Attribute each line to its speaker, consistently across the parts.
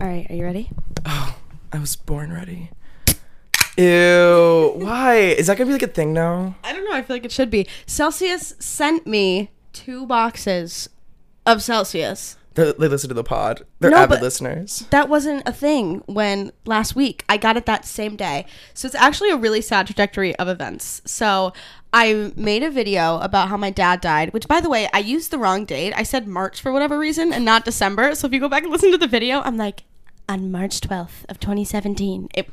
Speaker 1: All right, are you ready?
Speaker 2: I was born ready. Ew. Why? Is that gonna be like a thing now?
Speaker 1: I don't know. I feel like it should be. Celsius sent me two boxes of Celsius.
Speaker 2: They're, they listen to the pod. They're
Speaker 1: No,
Speaker 2: avid
Speaker 1: but-
Speaker 2: listeners.
Speaker 1: That wasn't a thing when last week. I got it that same day. So it's actually a really sad trajectory of events. So I made a video about how my dad died, which, by the way, I used the wrong date. I said March for whatever reason and not December. So if you go back and listen to the video, I'm like, on March 12th of 2017. It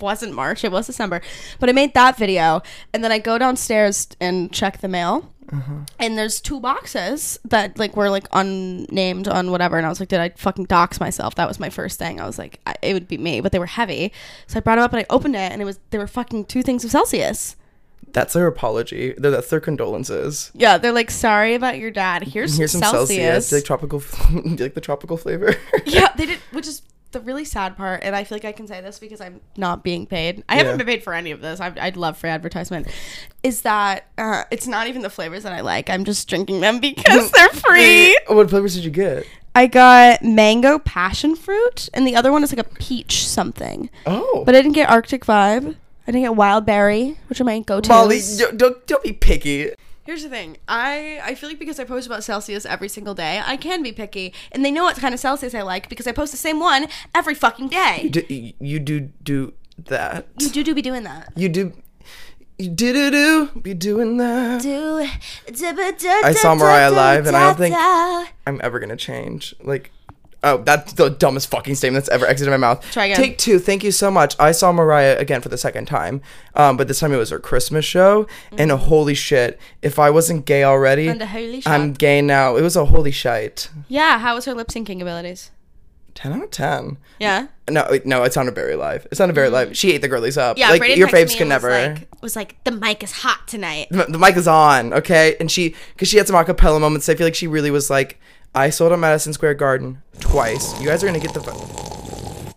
Speaker 1: wasn't March, it was December. But I made that video. And then I go downstairs and check the mail and there's two boxes that like were like unnamed on whatever and i was like did i fucking dox myself that was my first thing i was like I, it would be me but they were heavy so i brought them up and i opened it and it was they were fucking two things of celsius
Speaker 2: That's their apology. They're, that's their condolences.
Speaker 1: yeah they're like sorry about your dad here's,
Speaker 2: Here's some Celsius.
Speaker 1: celsius,
Speaker 2: Do you like tropical. f- do you like the tropical flavor?
Speaker 1: yeah they did which is the really sad part and i feel like i can say this because i'm not being paid i haven't
Speaker 2: Yeah.
Speaker 1: been paid for any of this I've, i'd love free advertisement is that uh, it's not even the flavors that i like i'm just drinking them because they're free
Speaker 2: what flavors did you get?
Speaker 1: I got mango passion fruit, and the other one is like a peach something.
Speaker 2: Oh.
Speaker 1: But I didn't get Arctic vibe. I didn't get wild berry, which are my go-to.
Speaker 2: Molly, don't, don't don't be picky.
Speaker 1: Here's the thing. I I feel like because I post about Celsius every single day, I can be picky, and they know what kind of Celsius I like because I post the same one every fucking
Speaker 2: You
Speaker 1: day.
Speaker 2: do, you do do that.
Speaker 1: You do do be doing that.
Speaker 2: You do. You do do do be doing that.
Speaker 1: Do.
Speaker 2: I
Speaker 1: I
Speaker 2: saw Mariah live, and I don't think- I'm ever gonna change. Like, oh, that's the dumbest fucking statement that's ever exited my mouth.
Speaker 1: Try again.
Speaker 2: Take two. Thank you so much. I saw Mariah again for the second time, um, but this time it was her Christmas show, and a holy shit! If I wasn't gay already,
Speaker 1: Mm-hmm. And a holy shit.
Speaker 2: I'm gay now. It was a holy shite.
Speaker 1: Yeah. How was her lip syncing abilities?
Speaker 2: Ten out of ten.
Speaker 1: Yeah.
Speaker 2: No, wait, no, it sounded very live. It sounded very live. She ate the girlies up.
Speaker 1: Mm-hmm. Yeah.
Speaker 2: like
Speaker 1: Brayden
Speaker 2: your
Speaker 1: texted
Speaker 2: faves
Speaker 1: me
Speaker 2: can
Speaker 1: and was
Speaker 2: never. eh?
Speaker 1: like- was like the mic is hot tonight.
Speaker 2: the, the mic is on, okay? And she, because she had some acapella moments, I feel like she really was like, I sold out Madison Square Garden twice. You guys are gonna get the. fu-"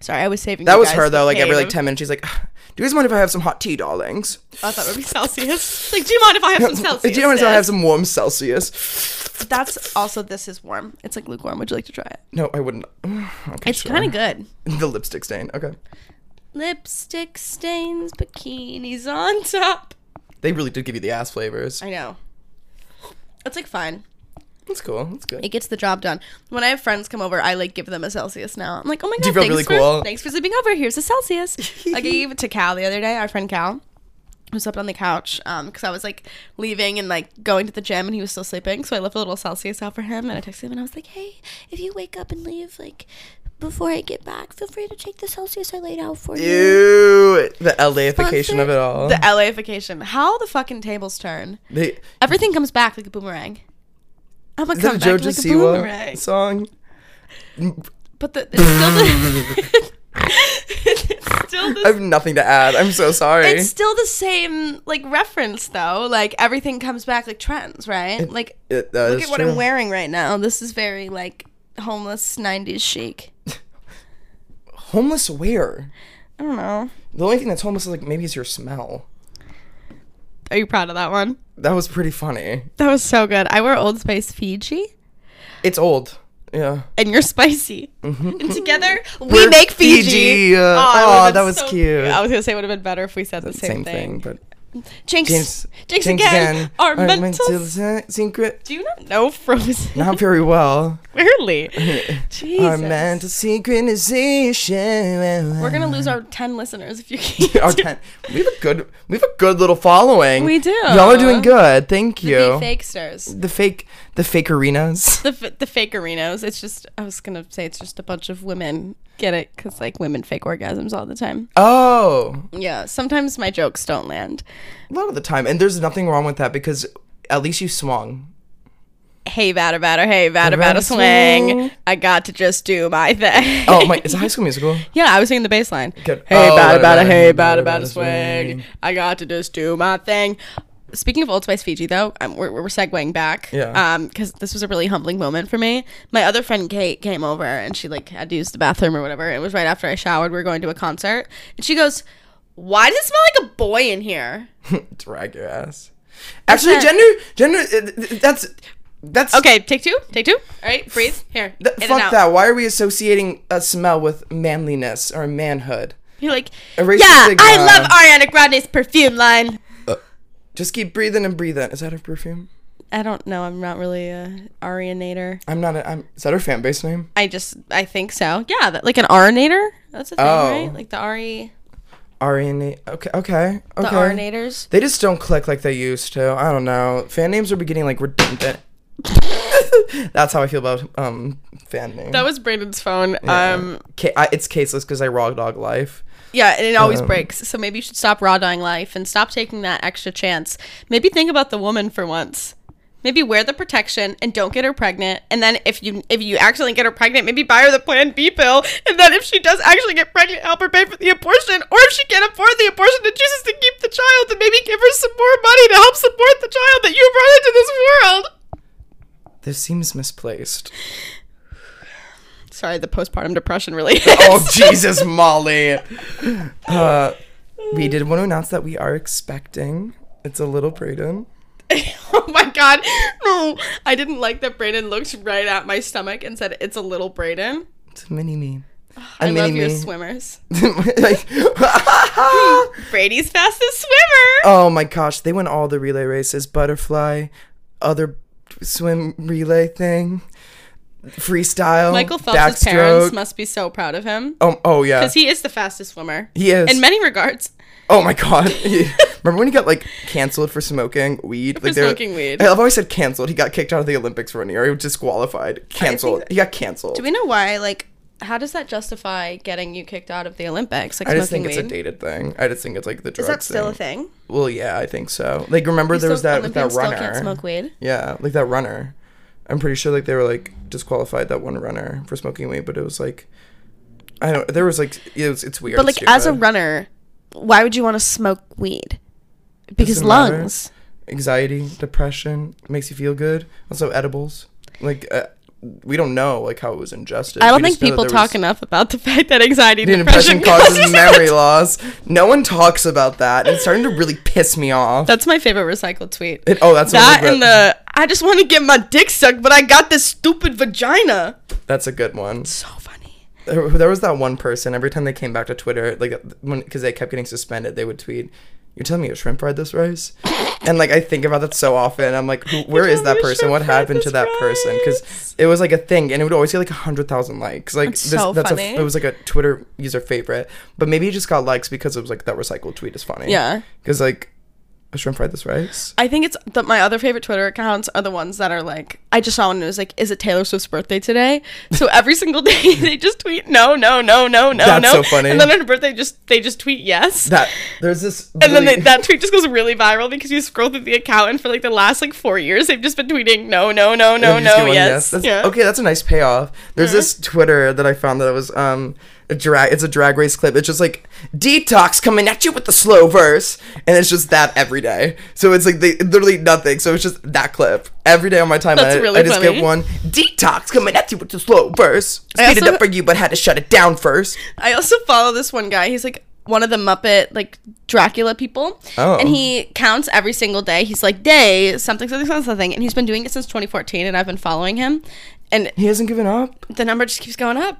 Speaker 1: Sorry, I was saving.
Speaker 2: That
Speaker 1: you
Speaker 2: was
Speaker 1: guys
Speaker 2: her
Speaker 1: the
Speaker 2: though. Like every
Speaker 1: pain
Speaker 2: like
Speaker 1: of-
Speaker 2: ten minutes, she's like, "Do you guys mind if I have some hot tea, darlings?
Speaker 1: I thought it would be Celsius. Like, do you mind if I have some
Speaker 2: Do
Speaker 1: Celsius?
Speaker 2: you mind if I
Speaker 1: sis?"
Speaker 2: have some warm Celsius?"
Speaker 1: That's also this is warm. It's like lukewarm. Would you like to try it?
Speaker 2: No, I wouldn't. Okay,
Speaker 1: It's kind of good.
Speaker 2: good. The lipstick stain. Okay,
Speaker 1: Lipstick stains, bikinis on top.
Speaker 2: they really did give you the ass flavors.
Speaker 1: I know. It's like fine.
Speaker 2: That's cool. That's
Speaker 1: It
Speaker 2: good.
Speaker 1: gets the job done. When I have friends come over, I like give them a Celsius now. I'm like, oh my god,
Speaker 2: you feel
Speaker 1: thanks
Speaker 2: really
Speaker 1: for
Speaker 2: cool?
Speaker 1: thanks for sleeping over. Here's a Celsius. I gave it to Cal the other day, our friend Cal, who slept on the couch because I was like leaving and like going to the gym and he was still sleeping. So I left a little Celsius out for him and I texted him and I was like, hey,
Speaker 3: if you wake up and leave like before I get back, feel free to take the Celsius I laid out for you.
Speaker 2: Ew, the LAification of it all.
Speaker 1: the LAification. How the fucking tables turn.
Speaker 2: they,
Speaker 1: Everything comes back like a boomerang. I'm a
Speaker 2: is that a
Speaker 1: comeback like
Speaker 2: JoJo
Speaker 1: a
Speaker 2: Siwa
Speaker 1: boomerang.
Speaker 2: song?
Speaker 1: But the, it's still the. it's still the
Speaker 2: I have nothing to add. I'm so sorry.
Speaker 1: It's still the same like reference though. Like everything comes back like trends, right? like
Speaker 2: It- that
Speaker 1: look
Speaker 2: is
Speaker 1: at what
Speaker 2: true.
Speaker 1: I'm wearing right now. This is very like homeless '90s chic.
Speaker 2: Homeless where?
Speaker 1: I don't know.
Speaker 2: The only thing that's homeless is like maybe it's your smell.
Speaker 1: Are you proud of that one?
Speaker 2: That was pretty funny.
Speaker 1: That was so good. I wear Old Spice Fiji,
Speaker 2: It's old. Yeah.
Speaker 1: and you're spicy. And together we
Speaker 2: Mm-hmm. We're
Speaker 1: make Fiji.
Speaker 2: Fiji. uh,
Speaker 1: Aw,
Speaker 2: Aw,
Speaker 1: would've been
Speaker 2: that was cute.
Speaker 1: I was gonna say it would have been better if we said the same,
Speaker 2: Same, thing.
Speaker 1: thing.
Speaker 2: but
Speaker 1: Jinx,
Speaker 2: Jinx,
Speaker 1: Jinx, again. Our mental.
Speaker 2: se- secret.
Speaker 1: Do you not know Frozen?
Speaker 2: Not very well.
Speaker 1: Clearly. Jesus.
Speaker 2: Our mental synchronization.
Speaker 1: We're gonna lose our ten listeners if you keep
Speaker 2: Mm. our ten. We have a good. We have a good little following.
Speaker 1: We do.
Speaker 2: Y'all are doing good. Thank you.
Speaker 1: the fake stars,
Speaker 2: the fake. The fake arenas.
Speaker 1: the f- the fake arenos. It's just I was gonna say it's just a bunch of women. Get it? Because like women fake orgasms all the time.
Speaker 2: Oh,
Speaker 1: Yeah. Sometimes my jokes don't land.
Speaker 2: a lot of the time, and there's nothing wrong with that because at least you swung.
Speaker 1: Hey batter batter, hey batter
Speaker 2: batter,
Speaker 1: batter
Speaker 2: swing.
Speaker 1: swing. I got to just do my thing.
Speaker 2: Oh my! It's a High School Musical.
Speaker 1: Yeah, I was singing the bass line.
Speaker 2: Good.
Speaker 1: Hey,
Speaker 2: Oh,
Speaker 1: bada,
Speaker 2: bada,
Speaker 1: bada, hey, bada,
Speaker 2: bada, bada,
Speaker 1: bada, swing. I got to just do my thing. Speaking of Old Spice Fiji, though, um, we're, we're segueing back.
Speaker 2: Yeah.
Speaker 1: Because this was a really humbling moment for me. My other friend Kate came over and she like had to use the bathroom or whatever. It was right after I showered. We were going to a concert, and she goes, "Why does it smell like a boy in here?"
Speaker 2: Drag your ass. Actually, gender, gender. uh, th- th- That's That's
Speaker 1: Okay, take two. Take two. All right, breathe. Here.
Speaker 2: Th-
Speaker 1: in and
Speaker 2: fuck
Speaker 1: out.
Speaker 2: that. Why are we associating a smell with manliness or manhood?
Speaker 1: You're like,
Speaker 2: Erase the
Speaker 1: yeah, I
Speaker 2: stigma."
Speaker 1: love Ariana Grande's perfume line.
Speaker 2: Just keep breathing and breathing. Is that her perfume?
Speaker 1: I don't know. I'm not really a Arianator.
Speaker 2: I'm not. A, I'm. Is that her fan base name?
Speaker 1: I just, I think so. Yeah, that, like an Arinator. That's a thing,
Speaker 2: Oh.
Speaker 1: right? Like the Ari,
Speaker 2: Ariana. Okay. Okay.
Speaker 1: the
Speaker 2: Okay.
Speaker 1: Arinators.
Speaker 2: They just don't click like they used to. I don't know. Fan names are beginning like redundant. That's how I feel about um fan names.
Speaker 1: That was Brandon's phone. Um,
Speaker 2: Ca- I, it's caseless because I raw dog life.
Speaker 1: yeah, and it
Speaker 2: Um.
Speaker 1: always breaks. So maybe you should stop raw doing life and stop taking that extra chance. Maybe think about the woman for once. Maybe wear the protection and don't get her pregnant. And then if you if you accidentally get her pregnant, maybe buy her the Plan B pill. And then if she does actually get pregnant, help her pay for the abortion. Or if she can't afford the abortion and chooses to keep the child, then maybe give her some more money to help support the child that you brought into this world.
Speaker 2: This seems misplaced.
Speaker 1: Sorry, the postpartum depression really.
Speaker 2: Oh Jesus, Molly. Uh, we did want to announce that we are expecting. It's a little Brayden.
Speaker 1: oh my god. No. I didn't like that Brayden looked right at my stomach and said, It's a little Brayden.
Speaker 2: It's a mini me.
Speaker 1: I love your swimmers.
Speaker 2: like,
Speaker 1: Brady's fastest swimmer.
Speaker 2: oh my gosh, they won all the relay races. Butterfly, other swim relay thing, freestyle.
Speaker 1: Michael Phelps' parents must be so proud of him.
Speaker 2: Oh, oh yeah.
Speaker 1: Because he is the fastest swimmer.
Speaker 2: He is.
Speaker 1: In many regards.
Speaker 2: oh my god. Remember when he got like canceled for smoking weed? Like, they were-
Speaker 1: smoking weed.
Speaker 2: I've always said canceled. He got kicked out of the Olympics for one year. He was disqualified. Canceled. He got canceled.
Speaker 1: Do we know why? Like, how does that justify getting you kicked out of the Olympics? Like
Speaker 2: I
Speaker 1: smoking
Speaker 2: just think
Speaker 1: weed?
Speaker 2: it's a dated thing. I just think it's like the drugs
Speaker 1: Is that still
Speaker 2: thing.
Speaker 1: a thing?
Speaker 2: Well, yeah, I think so. Like, remember there was
Speaker 1: Still-
Speaker 2: that with that
Speaker 1: Olympians
Speaker 2: runner.
Speaker 1: Still can't smoke weed.
Speaker 2: Yeah, like that runner. I'm pretty sure like they were like disqualified that one runner for smoking weed, but it was like I don't. There was like it was, it's weird.
Speaker 1: But like, as a
Speaker 2: stupid.
Speaker 1: runner, why would you want to smoke weed? Because
Speaker 2: Doesn't matter.
Speaker 1: lungs.
Speaker 2: anxiety, depression makes you feel good. Also edibles. Like uh, we don't know like how it was ingested.
Speaker 1: I don't
Speaker 2: We
Speaker 1: think
Speaker 2: just know that
Speaker 1: people
Speaker 2: there
Speaker 1: talk
Speaker 2: was-
Speaker 1: enough about the fact that anxiety and
Speaker 2: Depression
Speaker 1: depression
Speaker 2: causes
Speaker 1: causes.
Speaker 2: memory loss. No one talks about that. and It's starting to really piss me off.
Speaker 1: That's my favorite recycled tweet.
Speaker 2: It- oh, that's a
Speaker 1: that
Speaker 2: regret-
Speaker 1: and the I just want to get my dick sucked, but I got this stupid vagina.
Speaker 2: That's a good one.
Speaker 1: So funny.
Speaker 2: There, there was that one person. Every time they came back to Twitter, like when because they kept getting suspended, they would tweet, "You're telling me a shrimp fried this rice?" and like I think about that so often. I'm like, Who, where is
Speaker 1: telling
Speaker 2: that
Speaker 1: me a
Speaker 2: person? What
Speaker 1: shrimp fried
Speaker 2: happened to
Speaker 1: this
Speaker 2: that person? 'Cause person? Because it was like a thing, and it would always get like hundred thousand likes. Like
Speaker 1: That's so
Speaker 2: that's
Speaker 1: funny.
Speaker 2: A, it was like a Twitter user favorite, but maybe it just got likes because it was like that recycled tweet is funny.
Speaker 1: Yeah.
Speaker 2: because like a shrimp fried this rice.
Speaker 1: I think it's that my other favorite Twitter accounts are the ones that are like I just saw one. And it was like, is it Taylor Swift's birthday today? So every single day they just tweet no, no, no, no, no,
Speaker 2: That's
Speaker 1: no.
Speaker 2: so funny.
Speaker 1: And then on her birthday, just they just tweet yes.
Speaker 2: That there's this.
Speaker 1: and then
Speaker 2: really-
Speaker 1: they, that tweet just goes really viral because you scroll through the account and for like the last like four years they've just been tweeting no no no no Oh,
Speaker 2: Let me just
Speaker 1: no
Speaker 2: do one
Speaker 1: yes,
Speaker 2: That's-
Speaker 1: yeah. Mm-hmm.
Speaker 2: Okay, that's a nice payoff. There's this Twitter that I found that was um a drag. It's a drag race clip. It's just like detox coming at you with the slow verse, and it's just that every day. So it's like they literally nothing. So it's just that clip every day on my timeline.
Speaker 1: That's
Speaker 2: I-
Speaker 1: really
Speaker 2: I just
Speaker 1: funny.
Speaker 2: get one detox coming at you with the slow verse.
Speaker 1: I
Speaker 2: Speed it
Speaker 1: also-
Speaker 2: up for you, but had to shut it down first.
Speaker 1: I also follow this one guy. He's like one of the Muppet like Dracula people,
Speaker 2: Oh.
Speaker 1: and he counts every single day. He's like day something something something something, and he's been doing it since 2014. And I've been following him, and
Speaker 2: He hasn't given up.
Speaker 1: the number just keeps going up.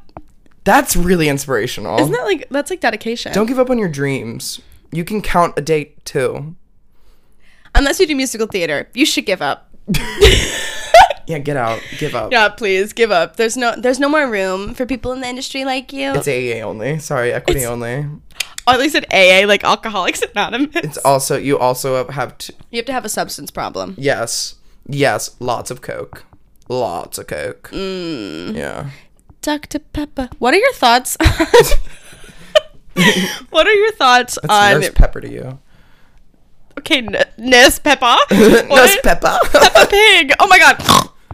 Speaker 2: That's really inspirational.
Speaker 1: Isn't that like that's like dedication?
Speaker 2: Don't give up on your dreams. You can count a date too.
Speaker 1: Unless you do musical theater, you should give up.
Speaker 2: Yeah, get out. Give up.
Speaker 1: Yeah, please give up. There's no there's no more room for people in the industry like you.
Speaker 2: It's AA only. Sorry, equity only.
Speaker 1: or at least at AA, like Alcoholics Anonymous.
Speaker 2: It's also you also have to
Speaker 1: you have to have a substance problem.
Speaker 2: yes yes lots of coke, lots of coke. Yeah,
Speaker 1: Dr. Pepper. What are your thoughts on What are your thoughts
Speaker 2: Nurse
Speaker 1: on
Speaker 2: Pepper to you.
Speaker 1: Okay, N- Nurse Pepper?
Speaker 2: Nurse
Speaker 1: What?
Speaker 2: Pepper.
Speaker 1: Peppa Pig. Oh my god.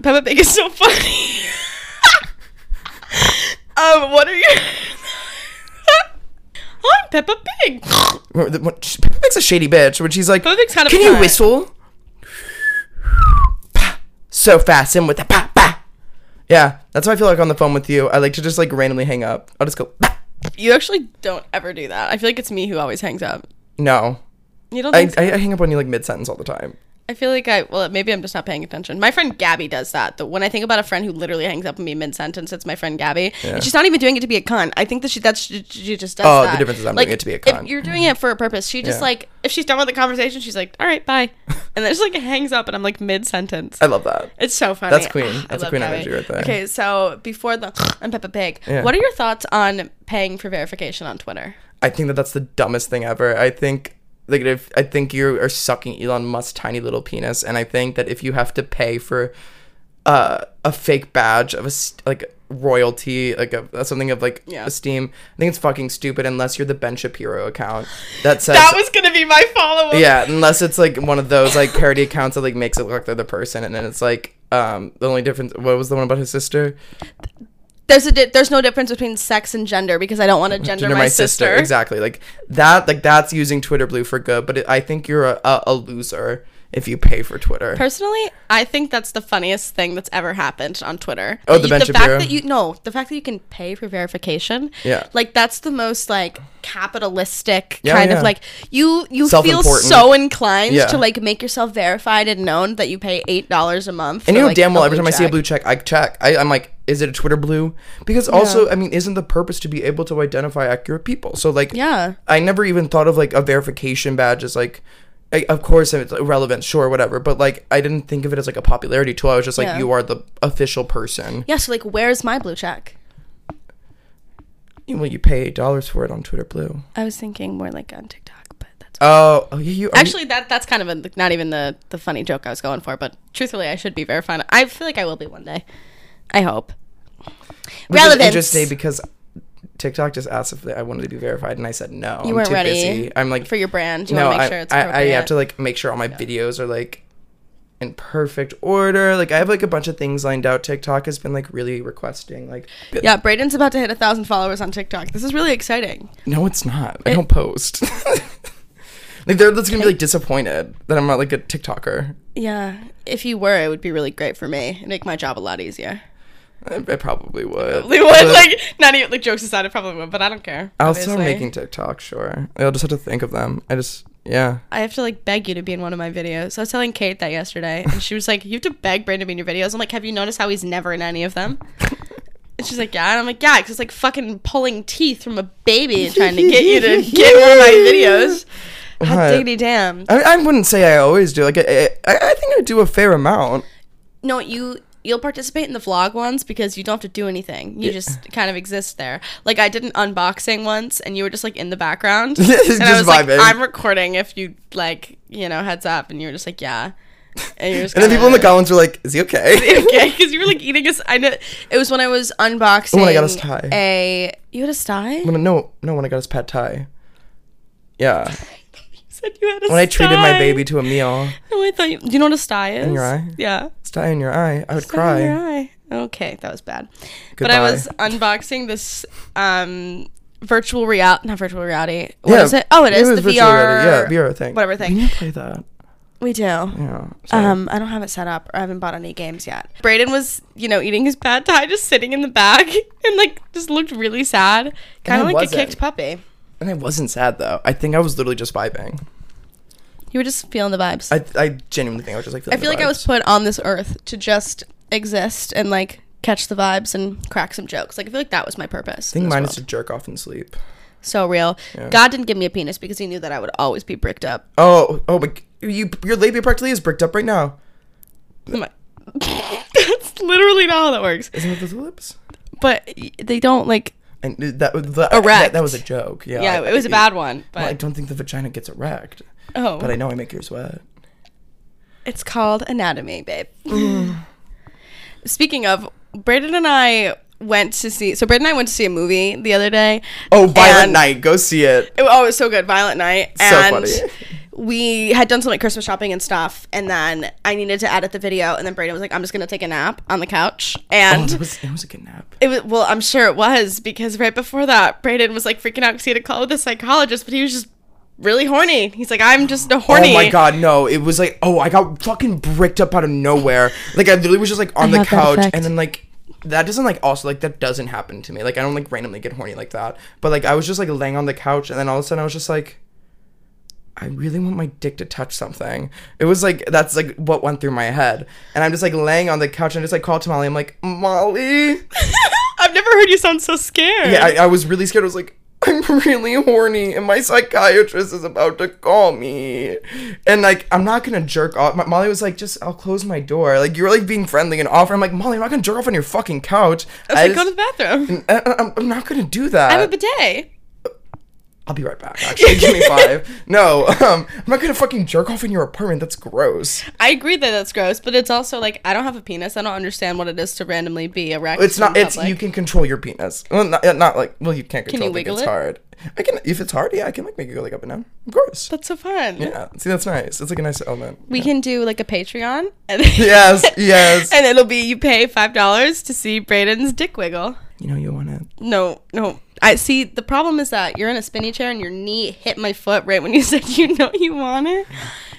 Speaker 1: Peppa Pig is so funny. um, what are your I'm Peppa Pig.
Speaker 2: Remember the- when she- Peppa Pig's a shady bitch when she's like,
Speaker 1: Peppa Pig's kind of
Speaker 2: can
Speaker 1: a
Speaker 2: you
Speaker 1: cunt."
Speaker 2: whistle? Pa, so fast and with a pa pa. Yeah, that's how I feel like on the phone with you. I like to just like randomly hang up. I'll just go. "Pa."
Speaker 1: You actually don't ever do that. I feel like it's me who always hangs up.
Speaker 2: No,
Speaker 1: You don't
Speaker 2: I,
Speaker 1: think so?
Speaker 2: I I hang up on you like mid sentence all the time.
Speaker 1: I feel like I well maybe I'm just not paying attention. My friend Gabby does that. The, when I think about a friend who literally hangs up on me mid sentence, it's my friend Gabby. And she's not even doing it to be a cunt. I think that she that's she, she just does.
Speaker 2: Oh, the
Speaker 1: that.
Speaker 2: difference is I'm
Speaker 1: Like,
Speaker 2: doing it to be a
Speaker 1: If
Speaker 2: cunt.
Speaker 1: you're doing it for a purpose, she just
Speaker 2: Yeah.
Speaker 1: like if she's done with the conversation, she's like, all right, bye, and then just like hangs up, and I'm like mid sentence.
Speaker 2: I love that.
Speaker 1: It's so funny.
Speaker 2: That's queen.
Speaker 1: Ah, I
Speaker 2: That's a
Speaker 1: love
Speaker 2: queen
Speaker 1: Gabby.
Speaker 2: energy right there.
Speaker 1: Okay, so before the and Peppa Pig,
Speaker 2: Yeah.
Speaker 1: what are your thoughts on paying for verification on Twitter?
Speaker 2: I think that that's the dumbest thing ever. I think like if I think you are sucking Elon Musk's tiny little penis, and I think that if you have to pay for uh, a fake badge of a s- like royalty, like a, something of like
Speaker 1: Yeah.
Speaker 2: esteem, I think it's fucking stupid unless you're the Ben Shapiro account that says
Speaker 1: That was gonna be my follow up.
Speaker 2: yeah, unless it's like one of those like parody accounts that like makes it look like they're the person, and then it's like um the only difference. What was the one about his sister?
Speaker 1: There's a di- there's no difference between sex and gender because I don't want to gender,
Speaker 2: Under
Speaker 1: my, sister.
Speaker 2: Exactly. Like that. Like that's using Twitter Blue for good. But it, I think you're a, a, a loser if you pay for Twitter.
Speaker 1: Personally, I think that's the funniest thing that's ever happened on Twitter. That
Speaker 2: Oh, the
Speaker 1: you-
Speaker 2: Ben
Speaker 1: the fact
Speaker 2: Shapiro?
Speaker 1: that you no, the fact that you can pay for verification.
Speaker 2: Yeah.
Speaker 1: like that's the most like capitalistic
Speaker 2: Yeah,
Speaker 1: kind
Speaker 2: yeah.
Speaker 1: of like you you feel
Speaker 2: Self-important.
Speaker 1: so inclined
Speaker 2: Yeah.
Speaker 1: to like make yourself verified and known that you pay eight dollars a month. for,
Speaker 2: and you know
Speaker 1: like,
Speaker 2: damn well
Speaker 1: a
Speaker 2: every time I see a
Speaker 1: check.
Speaker 2: blue check, I check. I, I'm like, is it a Twitter blue? Because also, I mean, isn't the purpose to be able to identify accurate people? So like,
Speaker 1: Yeah.
Speaker 2: I never even thought of like a verification badge as like. I, of course, if it's irrelevant, sure, whatever. But like, I didn't think of it as like a popularity tool. I was just like,
Speaker 1: Yeah.
Speaker 2: you are the official person.
Speaker 1: Yeah, so like, where's my blue check?
Speaker 2: Well, you pay eight dollars for it on Twitter Blue.
Speaker 1: I was thinking more like on TikTok, but that's
Speaker 2: Oh, oh, yeah, you are you-
Speaker 1: actually that that's kind of a, not even the the funny joke I was going for. But truthfully, I should be verified. I feel like I will be one day. I hope.
Speaker 2: Which is
Speaker 1: Relevance.
Speaker 2: interesting because TikTok just asked if I wanted to be verified, and I said no.
Speaker 1: You
Speaker 2: I'm
Speaker 1: weren't
Speaker 2: too
Speaker 1: ready
Speaker 2: busy. I'm like,
Speaker 1: for your brand. You
Speaker 2: no,
Speaker 1: want to make
Speaker 2: I,
Speaker 1: sure it's
Speaker 2: I, I have to
Speaker 1: appropriate.
Speaker 2: like make sure all my videos are like in perfect order. Like I have like a bunch of things lined out. TikTok has been like really requesting. Like, b-
Speaker 1: yeah, Brayden's about to hit a thousand followers on TikTok. This is really exciting.
Speaker 2: no, it's not. I don't post. like they're that's gonna be like disappointed that I'm not like a TikToker.
Speaker 1: Yeah, if you were, it would be really great for me. It'd make my job a lot easier.
Speaker 2: I, I probably would.
Speaker 1: They would like not even like jokes aside, I probably would, but I don't care.
Speaker 2: I'll start
Speaker 1: obviously.
Speaker 2: making TikTok. Sure, I'll just have to think of them. I just yeah.
Speaker 1: I have to like beg you to be in one of my videos. I was telling Kate that yesterday, and she was like, "You have to beg Brandon to be in your videos." I'm like, "Have you noticed how he's never in any of them?" And she's like, "Yeah," and I'm like, "Yeah," because it's like fucking pulling teeth from a baby trying to get you to get in one of my videos. Hot
Speaker 2: What?
Speaker 1: diggity damn!
Speaker 2: I, I wouldn't say I always do. Like I, I, I think I do a fair amount.
Speaker 1: No, you you'll participate in the vlog ones because you don't have to do anything. You just kind of exist there. Like I did an unboxing once, and you were just like in the background, and I
Speaker 2: Just
Speaker 1: was like,
Speaker 2: vibing.
Speaker 1: "I'm recording." If you like, you know, heads up, and you were just like, "Yeah," and you're just
Speaker 2: And then people in the
Speaker 1: kinda-
Speaker 2: comments were like, "Is he okay?"
Speaker 1: okay, because you were like eating a. s- I know it was when I was unboxing.
Speaker 2: When I got a sty.
Speaker 1: A you had a sty.
Speaker 2: When I- no, no. When I got his pad thai. Yeah.
Speaker 1: you said you had a
Speaker 2: When I treated my
Speaker 1: sty.
Speaker 2: baby to a meal,
Speaker 1: No, I thought you. Do you know what a sty is?
Speaker 2: your eye?
Speaker 1: Yeah.
Speaker 2: sty in your eye, I would
Speaker 1: Sty in your
Speaker 2: cry.
Speaker 1: eye. Okay, that was bad. But
Speaker 2: Goodbye.
Speaker 1: I was unboxing this um virtual reality, not virtual reality. What is
Speaker 2: Yeah,
Speaker 1: it? Oh, it
Speaker 2: it
Speaker 1: is
Speaker 2: was
Speaker 1: the
Speaker 2: virtual reality.
Speaker 1: VR.
Speaker 2: Yeah, VR thing.
Speaker 1: Whatever thing.
Speaker 2: Can you play that?
Speaker 1: We do.
Speaker 2: Yeah. sorry.
Speaker 1: Um, I don't have it set up. Or I haven't bought any games yet. Brayden was, you know, eating his pad thai, just sitting in the back, and like just looked really sad, kind
Speaker 2: I
Speaker 1: of like a
Speaker 2: wasn't.
Speaker 1: kicked puppy.
Speaker 2: and I wasn't sad though. I think I was literally just vibing.
Speaker 1: You were just feeling the vibes. I,
Speaker 2: I, I genuinely think I was just like. feeling
Speaker 1: feel
Speaker 2: the
Speaker 1: like I was
Speaker 2: vibes.
Speaker 1: put on this earth to just exist and like catch the vibes and crack some jokes. Like I feel like that was my purpose.
Speaker 2: I
Speaker 1: in
Speaker 2: think
Speaker 1: this
Speaker 2: mine
Speaker 1: world.
Speaker 2: is to jerk off and sleep.
Speaker 1: so real. God didn't give me a penis because he knew that I would always be bricked up.
Speaker 2: Oh, oh, but you, your labia practically is bricked up right now.
Speaker 1: I'm like- That's literally not how that works.
Speaker 2: Isn't it the lips?
Speaker 1: But y- they don't like.
Speaker 2: And that was that,
Speaker 1: Erect.
Speaker 2: that, that was a joke. Yeah.
Speaker 1: Yeah,
Speaker 2: I-
Speaker 1: it was a bad one.
Speaker 2: Well, I
Speaker 1: But
Speaker 2: don't think the vagina gets erect,
Speaker 1: oh,
Speaker 2: but I know I make yours wet.
Speaker 1: It's called Anatomy, babe. Speaking of, Braden and I went to see. So Braden and I went to see a movie the other day.
Speaker 2: Oh, Violent
Speaker 1: and-
Speaker 2: Night, go see it.
Speaker 1: It, oh, it was so good, Violent Night.
Speaker 2: So
Speaker 1: And
Speaker 2: funny.
Speaker 1: we had done some like Christmas shopping and stuff, and then I needed to edit the video, and then Braden was like, "I'm just gonna take a nap on the couch,"
Speaker 2: Oh,
Speaker 1: and.
Speaker 2: that was, that was a good nap.
Speaker 1: It was, well, I'm sure it was because right before that, Brayden was like freaking out because he had a call with a psychologist, but he was just really horny. He's like, I'm just a horny.
Speaker 2: Oh my god, no! It was like, oh, I got fucking bricked up out of nowhere. Like I literally was just like on the
Speaker 1: love that
Speaker 2: couch,
Speaker 1: effect.
Speaker 2: and then like that doesn't like also like that doesn't happen to me. Like I don't like randomly get horny like that. But like I was just like laying on the couch, and then all of a sudden I was just like, I really want my dick to touch something. It was like that's like what went through my head, and I'm just like laying on the couch and I just like called to Molly. I'm like, Molly.
Speaker 1: I've never heard you sound so scared.
Speaker 2: Yeah, I, I was really scared. I was like, I'm really horny, and my psychiatrist is about to call me. And like, I'm not gonna jerk off. My, Molly was like, just I'll close my door. Like, you were like being friendly and offer. I'm like, Molly, I'm not gonna jerk off on your fucking couch.
Speaker 1: I was
Speaker 2: I
Speaker 1: like, go to
Speaker 2: just-
Speaker 1: the bathroom.
Speaker 2: I- I- I'm, I'm not gonna do that.
Speaker 1: I have a bidet.
Speaker 2: I'll be right back. Actually, give me five. No, um, I'm not gonna fucking jerk off in your apartment. That's gross.
Speaker 1: I agree that that's gross, but it's also like I don't have a penis. I don't understand what it is to randomly be erect.
Speaker 2: It's not.
Speaker 1: in
Speaker 2: It's
Speaker 1: public.
Speaker 2: you can control your penis. Well, not, not like. Well, you can't control.
Speaker 1: you
Speaker 2: it, like,
Speaker 1: wiggle
Speaker 2: it's
Speaker 1: it?
Speaker 2: hard. I can. If it's hard, yeah, I can like make it go like up and down. Of course.
Speaker 1: That's so fun.
Speaker 2: Yeah. See, that's nice. It's like a nice element.
Speaker 1: We can do like a Patreon. And
Speaker 2: Yes. Yes.
Speaker 1: And it'll be you pay five dollars to see Braden's dick wiggle.
Speaker 2: you know you want to.
Speaker 1: No, no. I see. The problem is that you're in a spinny chair and your knee hit my foot right when you said you know you want it.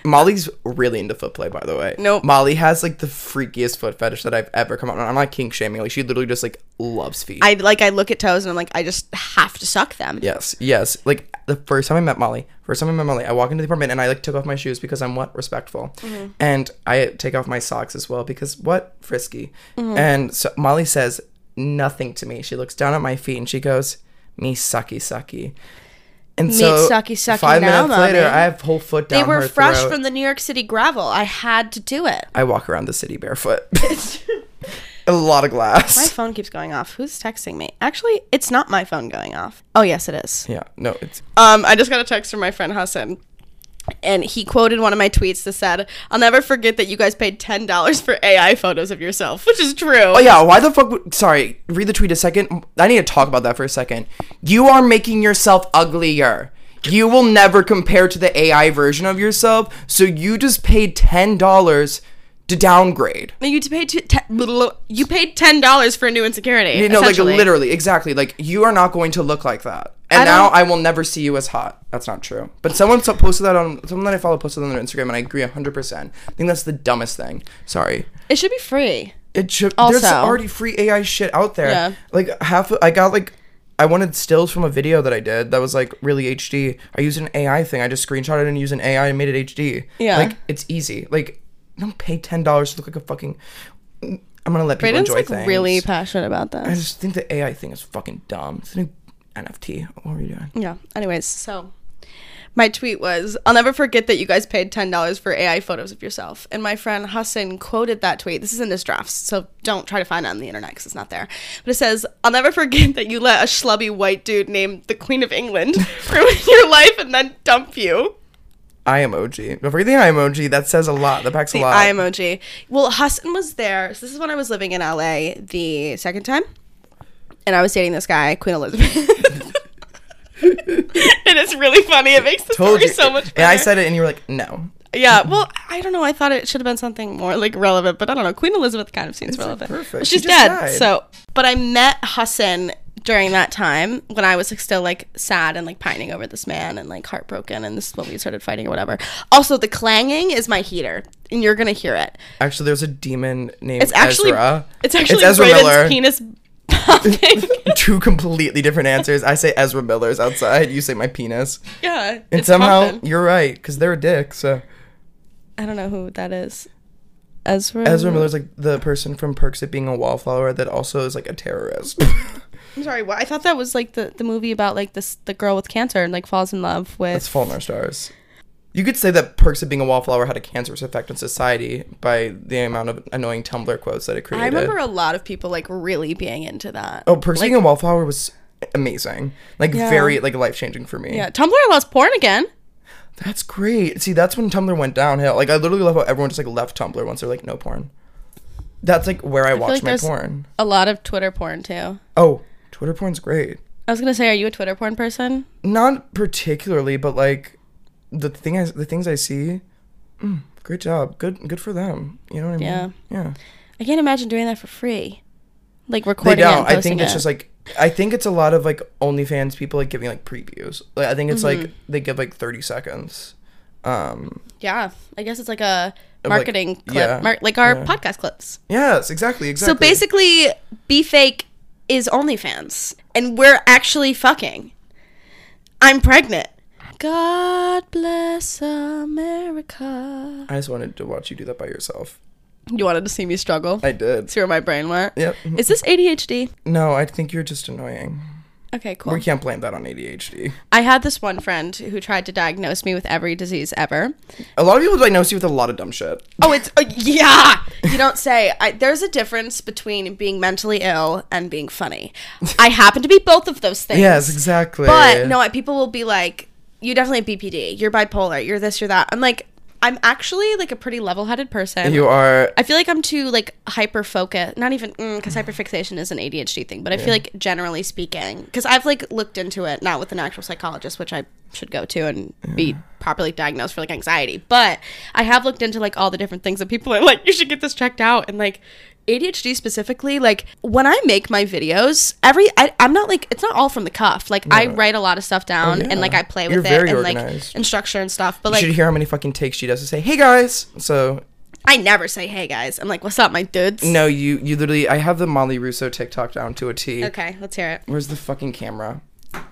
Speaker 2: Molly's really into foot play, by the way.
Speaker 1: Nope.
Speaker 2: Molly has like the freakiest foot fetish that I've ever come out on. I'm not kink shaming. Like she literally just like loves feet.
Speaker 1: I like I look at toes and I'm like I just have to suck them.
Speaker 2: Yes, yes. Like the first time I met Molly, first time I met Molly, I walk into the apartment and I like took off my shoes because I'm what respectful,
Speaker 1: Mm-hmm.
Speaker 2: and I take off my socks as well because what frisky.
Speaker 1: Mm-hmm.
Speaker 2: And so Molly says nothing to me. She looks down at my feet and she goes, "Me sucky sucky." And so
Speaker 1: sucky, sucky
Speaker 2: five
Speaker 1: now,
Speaker 2: minutes later,
Speaker 1: mommy.
Speaker 2: I have whole foot down
Speaker 1: They were
Speaker 2: her
Speaker 1: fresh
Speaker 2: throat.
Speaker 1: from the New York City gravel. I had to do it.
Speaker 2: I walk around the city barefoot. A lot of glass.
Speaker 1: My phone keeps going off. Who's texting me? Actually, it's not my phone going off. Oh, yes, it is.
Speaker 2: Yeah, no, it's
Speaker 1: Um, I just got a text from my friend Hassan, and he quoted one of my tweets that said, "I'll never forget that you guys paid ten dollars for AI photos of yourself," which is true.
Speaker 2: Oh yeah, why the fuck? Would, sorry, read the tweet a second. I need to talk about that for a second. You are making yourself uglier. You will never compare to the AI version of yourself, so you just paid ten dollars to downgrade.
Speaker 1: You t- paid t- te- you paid ten dollars for a new insecurity.
Speaker 2: You know, like
Speaker 1: essentially.
Speaker 2: literally, exactly. Like you are not going to look like that. And
Speaker 1: I don't-
Speaker 2: now I will never see you as hot. That's not true. But someone so- posted that on someone that I follow posted that on their Instagram, and I agree hundred percent. I think that's the dumbest thing. Sorry.
Speaker 1: It should be free.
Speaker 2: It should. there's
Speaker 1: Also-
Speaker 2: already free AI shit out there.
Speaker 1: Yeah.
Speaker 2: Like half. I got like. I wanted stills from a video that I did that was like really HD. I used an AI thing. I just screenshot it and used an AI and made it HD.
Speaker 1: Yeah.
Speaker 2: Like it's easy. Like don't pay ten dollars to look like a fucking. I'm gonna let people
Speaker 1: Braden's
Speaker 2: enjoy
Speaker 1: like
Speaker 2: things.
Speaker 1: really passionate about
Speaker 2: I
Speaker 1: this.
Speaker 2: just think the AI thing is fucking dumb. It's a new NFT. What are you doing?
Speaker 1: Yeah. Anyways, so my tweet was, "I'll never forget that you guys paid ten dollars for AI photos of yourself." And my friend Hassan quoted that tweet. This is in his drafts, so don't try to find it on the internet because it's not there. But it says, "I'll never forget that you let a schlubby white dude named the Queen of England ruin your life and then dump you."
Speaker 2: Eye emoji. Don't forget the eye emoji. That says a lot. That packs a
Speaker 1: the
Speaker 2: lot.
Speaker 1: eye emoji. Well, Hassan was there. So this is when I was living in LA the second time, and I was dating this guy, Queen Elizabeth. and it's really funny. It makes the
Speaker 2: Told
Speaker 1: story
Speaker 2: you.
Speaker 1: so much. Better.
Speaker 2: and I said it, and you were like, no.
Speaker 1: yeah. Well, I don't know. I thought it should have been something more like relevant, but I don't know. Queen Elizabeth kind of seems
Speaker 2: like,
Speaker 1: relevant.
Speaker 2: perfect.
Speaker 1: Well,
Speaker 2: She
Speaker 1: She's
Speaker 2: just
Speaker 1: dead.
Speaker 2: died.
Speaker 1: So, but I met Hassan during that time when I was like still like sad and like pining over this man and like heartbroken, and this is when we started fighting or whatever. Also, the clanging is my heater, and you're gonna hear it.
Speaker 2: Actually, there's a demon named
Speaker 1: It's actually
Speaker 2: Ezra.
Speaker 1: it's actually
Speaker 2: Ezra
Speaker 1: Braden's
Speaker 2: Miller.
Speaker 1: penis popping.
Speaker 2: Two completely different answers. I say Ezra Miller's outside. You say my penis.
Speaker 1: yeah,
Speaker 2: And somehow you're right because they're a dick. So
Speaker 1: I don't know who that is. Ezra.
Speaker 2: Ezra Miller's like the person from Perks at Being a Wallflower that also is like a terrorist.
Speaker 1: I'm sorry. What? I thought that was like the, the movie about like this the girl with cancer and like falls in love with.
Speaker 2: That's Fault in Our Stars. You could say that Perks at Being a Wallflower had a cancerous effect on society by the amount of annoying Tumblr quotes that it created.
Speaker 1: I remember a lot of people like really being into that.
Speaker 2: oh, Perks at Being a Wallflower was amazing. Like
Speaker 1: Yeah.
Speaker 2: very like life changing for me.
Speaker 1: Yeah, Tumblr allows porn again.
Speaker 2: That's great. See, that's when Tumblr went downhill. Like, I literally love how everyone just like left Tumblr once they're like, no porn. That's like where I, watch
Speaker 1: like
Speaker 2: my
Speaker 1: there's-
Speaker 2: porn.
Speaker 1: A lot of Twitter porn too.
Speaker 2: Oh, Twitter porn's great.
Speaker 1: I was gonna say, are you a Twitter porn person?
Speaker 2: Not particularly, but like the thing I the things I see. Mm, great job. Good good for them. You know what I mean?
Speaker 1: Yeah.
Speaker 2: Yeah.
Speaker 1: I can't imagine doing that for free. Like
Speaker 2: They
Speaker 1: recording it. and
Speaker 2: don't. I
Speaker 1: posting
Speaker 2: think it's
Speaker 1: it.
Speaker 2: just like I think it's a lot of like OnlyFans people like giving like previews. Like I think it's like
Speaker 1: Mm-hmm.
Speaker 2: they give like thirty seconds. Um
Speaker 1: yeah. I guess it's like a
Speaker 2: Of, like,
Speaker 1: marketing clip,
Speaker 2: yeah,
Speaker 1: mar- like our
Speaker 2: yeah.
Speaker 1: podcast clips.
Speaker 2: Yes, exactly, exactly.
Speaker 1: So basically, Be Fake is OnlyFans, and we're actually fucking. I'm pregnant. God bless America.
Speaker 2: I just wanted to watch you do that by yourself.
Speaker 1: You wanted to see me struggle.
Speaker 2: I did.
Speaker 1: see where my brain went.
Speaker 2: Yep.
Speaker 1: Is this ADHD?
Speaker 2: No, I think you're just annoying.
Speaker 1: Okay,
Speaker 2: We
Speaker 1: cool.
Speaker 2: can't blame that on ADHD.
Speaker 1: I had this one friend who tried to diagnose me with every disease ever.
Speaker 2: A lot of people diagnose you with a lot of dumb shit.
Speaker 1: Oh, it's uh, yeah. You don't say. I, there's a difference between being mentally ill and being funny. I happen to be both of those things.
Speaker 2: Yes, exactly.
Speaker 1: But no, I- people will be like, "You definitely have BPD. You're bipolar. You're this. You're that." I'm like, I'm actually like a pretty level-headed person.
Speaker 2: you are.
Speaker 1: I feel like I'm too like hyper focused. Not even
Speaker 2: Mm.
Speaker 1: because hyperfixation is an ADHD thing, but I feel like generally speaking, because I've like looked into it, not with an actual psychologist, which I should go to and be properly diagnosed for like anxiety. But I have looked into like all the different things that people are like, you should get this checked out, and like ADHD specifically, like when I make my videos, every I, I'm not like it's not all from the cuff. Like I write a lot of stuff down
Speaker 2: Oh, yeah.
Speaker 1: and like I play with
Speaker 2: You're
Speaker 1: it
Speaker 2: very
Speaker 1: and
Speaker 2: organized.
Speaker 1: like and structure and stuff. But
Speaker 2: You
Speaker 1: like
Speaker 2: should hear how many fucking takes she does to say, "Hey guys." So
Speaker 1: I never say, "Hey guys," I'm like, "What's up, my dudes?"
Speaker 2: no, you you literally. I have the Molly Russo TikTok down to a T.
Speaker 1: Okay, let's hear it.
Speaker 2: Where's the fucking camera?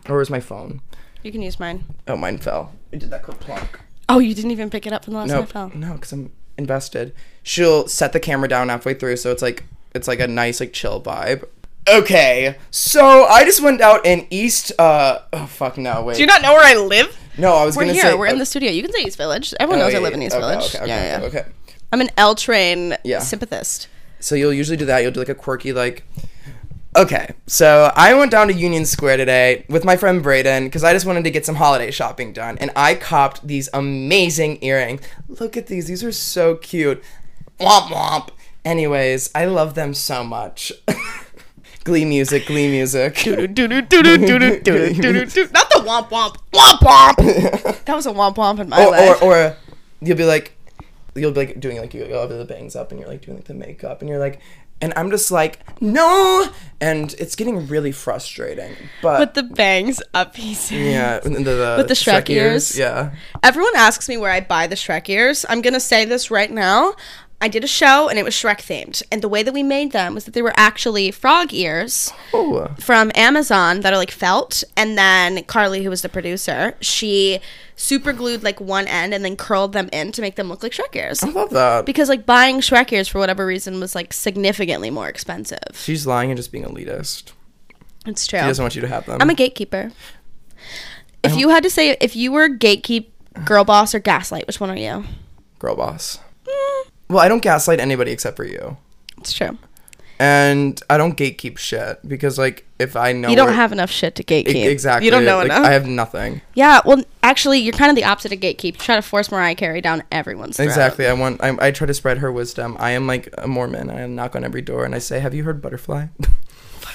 Speaker 2: Or where's my phone?
Speaker 1: You can use mine.
Speaker 2: Oh, mine fell. I did that quick plonk.
Speaker 1: Oh, you didn't even pick it up from the last time
Speaker 2: No,
Speaker 1: I fell.
Speaker 2: no, because I'm invested. She'll set the camera down halfway through, so it's like it's like a nice like chill vibe. Okay, so I just went out in East. Uh, oh fuck no, wait.
Speaker 1: Do you not know where I live?
Speaker 2: no, I was
Speaker 1: We're
Speaker 2: gonna
Speaker 1: here.
Speaker 2: say uh, Oh,
Speaker 1: We're in the studio. You can say East Village. Everyone knows I live in East
Speaker 2: okay,
Speaker 1: Village.
Speaker 2: Okay, okay,
Speaker 1: yeah, yeah.
Speaker 2: okay.
Speaker 1: I'm an L train
Speaker 2: Yeah.
Speaker 1: sympathist.
Speaker 2: So you'll usually do that. You'll do like a quirky like. Okay, so I went down to Union Square today with my friend Brayden because I just wanted to get some holiday shopping done, and I copped these amazing earrings. Look at these; these are so cute. Womp womp. Anyways, I love them so much. glee music, glee music.
Speaker 1: Not the womp womp womp womp. That was a womp womp in my
Speaker 2: or,
Speaker 1: life.
Speaker 2: or or you'll be like you'll be like doing like you you'll have the bangs up and you're like doing like the makeup and you're like and I'm just like no and it's getting really frustrating but,
Speaker 1: With the bangs up piece.
Speaker 2: yeah and the, the
Speaker 1: with the Shrek ears.
Speaker 2: yeah
Speaker 1: Everyone asks me where I buy the Shrek ears. I'm gonna say this right now. I did a show and it was Shrek themed, and the way that we made them was that they were actually frog ears.
Speaker 2: oh
Speaker 1: from Amazon that are like felt, and then Carly, who was the producer, she super glued like one end and then curled them in to make them look like Shrek ears.
Speaker 2: I love that
Speaker 1: Because like buying Shrek ears for whatever reason was like significantly more expensive.
Speaker 2: she's lying and just being elitist
Speaker 1: It's true.
Speaker 2: she doesn't want you to have them
Speaker 1: I'm a gatekeeper. If you had to say if you were gatekeep, girl boss, or gaslight, which one are you?
Speaker 2: girl boss well I don't gaslight anybody except for you
Speaker 1: It's true.
Speaker 2: and I don't gatekeep shit because like if I know
Speaker 1: You don't
Speaker 2: where-
Speaker 1: have enough shit to gatekeep.
Speaker 2: E- exactly
Speaker 1: You don't know
Speaker 2: like,
Speaker 1: enough.
Speaker 2: I have nothing
Speaker 1: yeah. Well, actually, you're kind of the opposite of gatekeep. You try to force Mariah Carey down everyone's throat.
Speaker 2: Exactly. I want. I, I try to spread her wisdom. I am like a Mormon. I knock on every door and I say, "Have you heard butterfly?"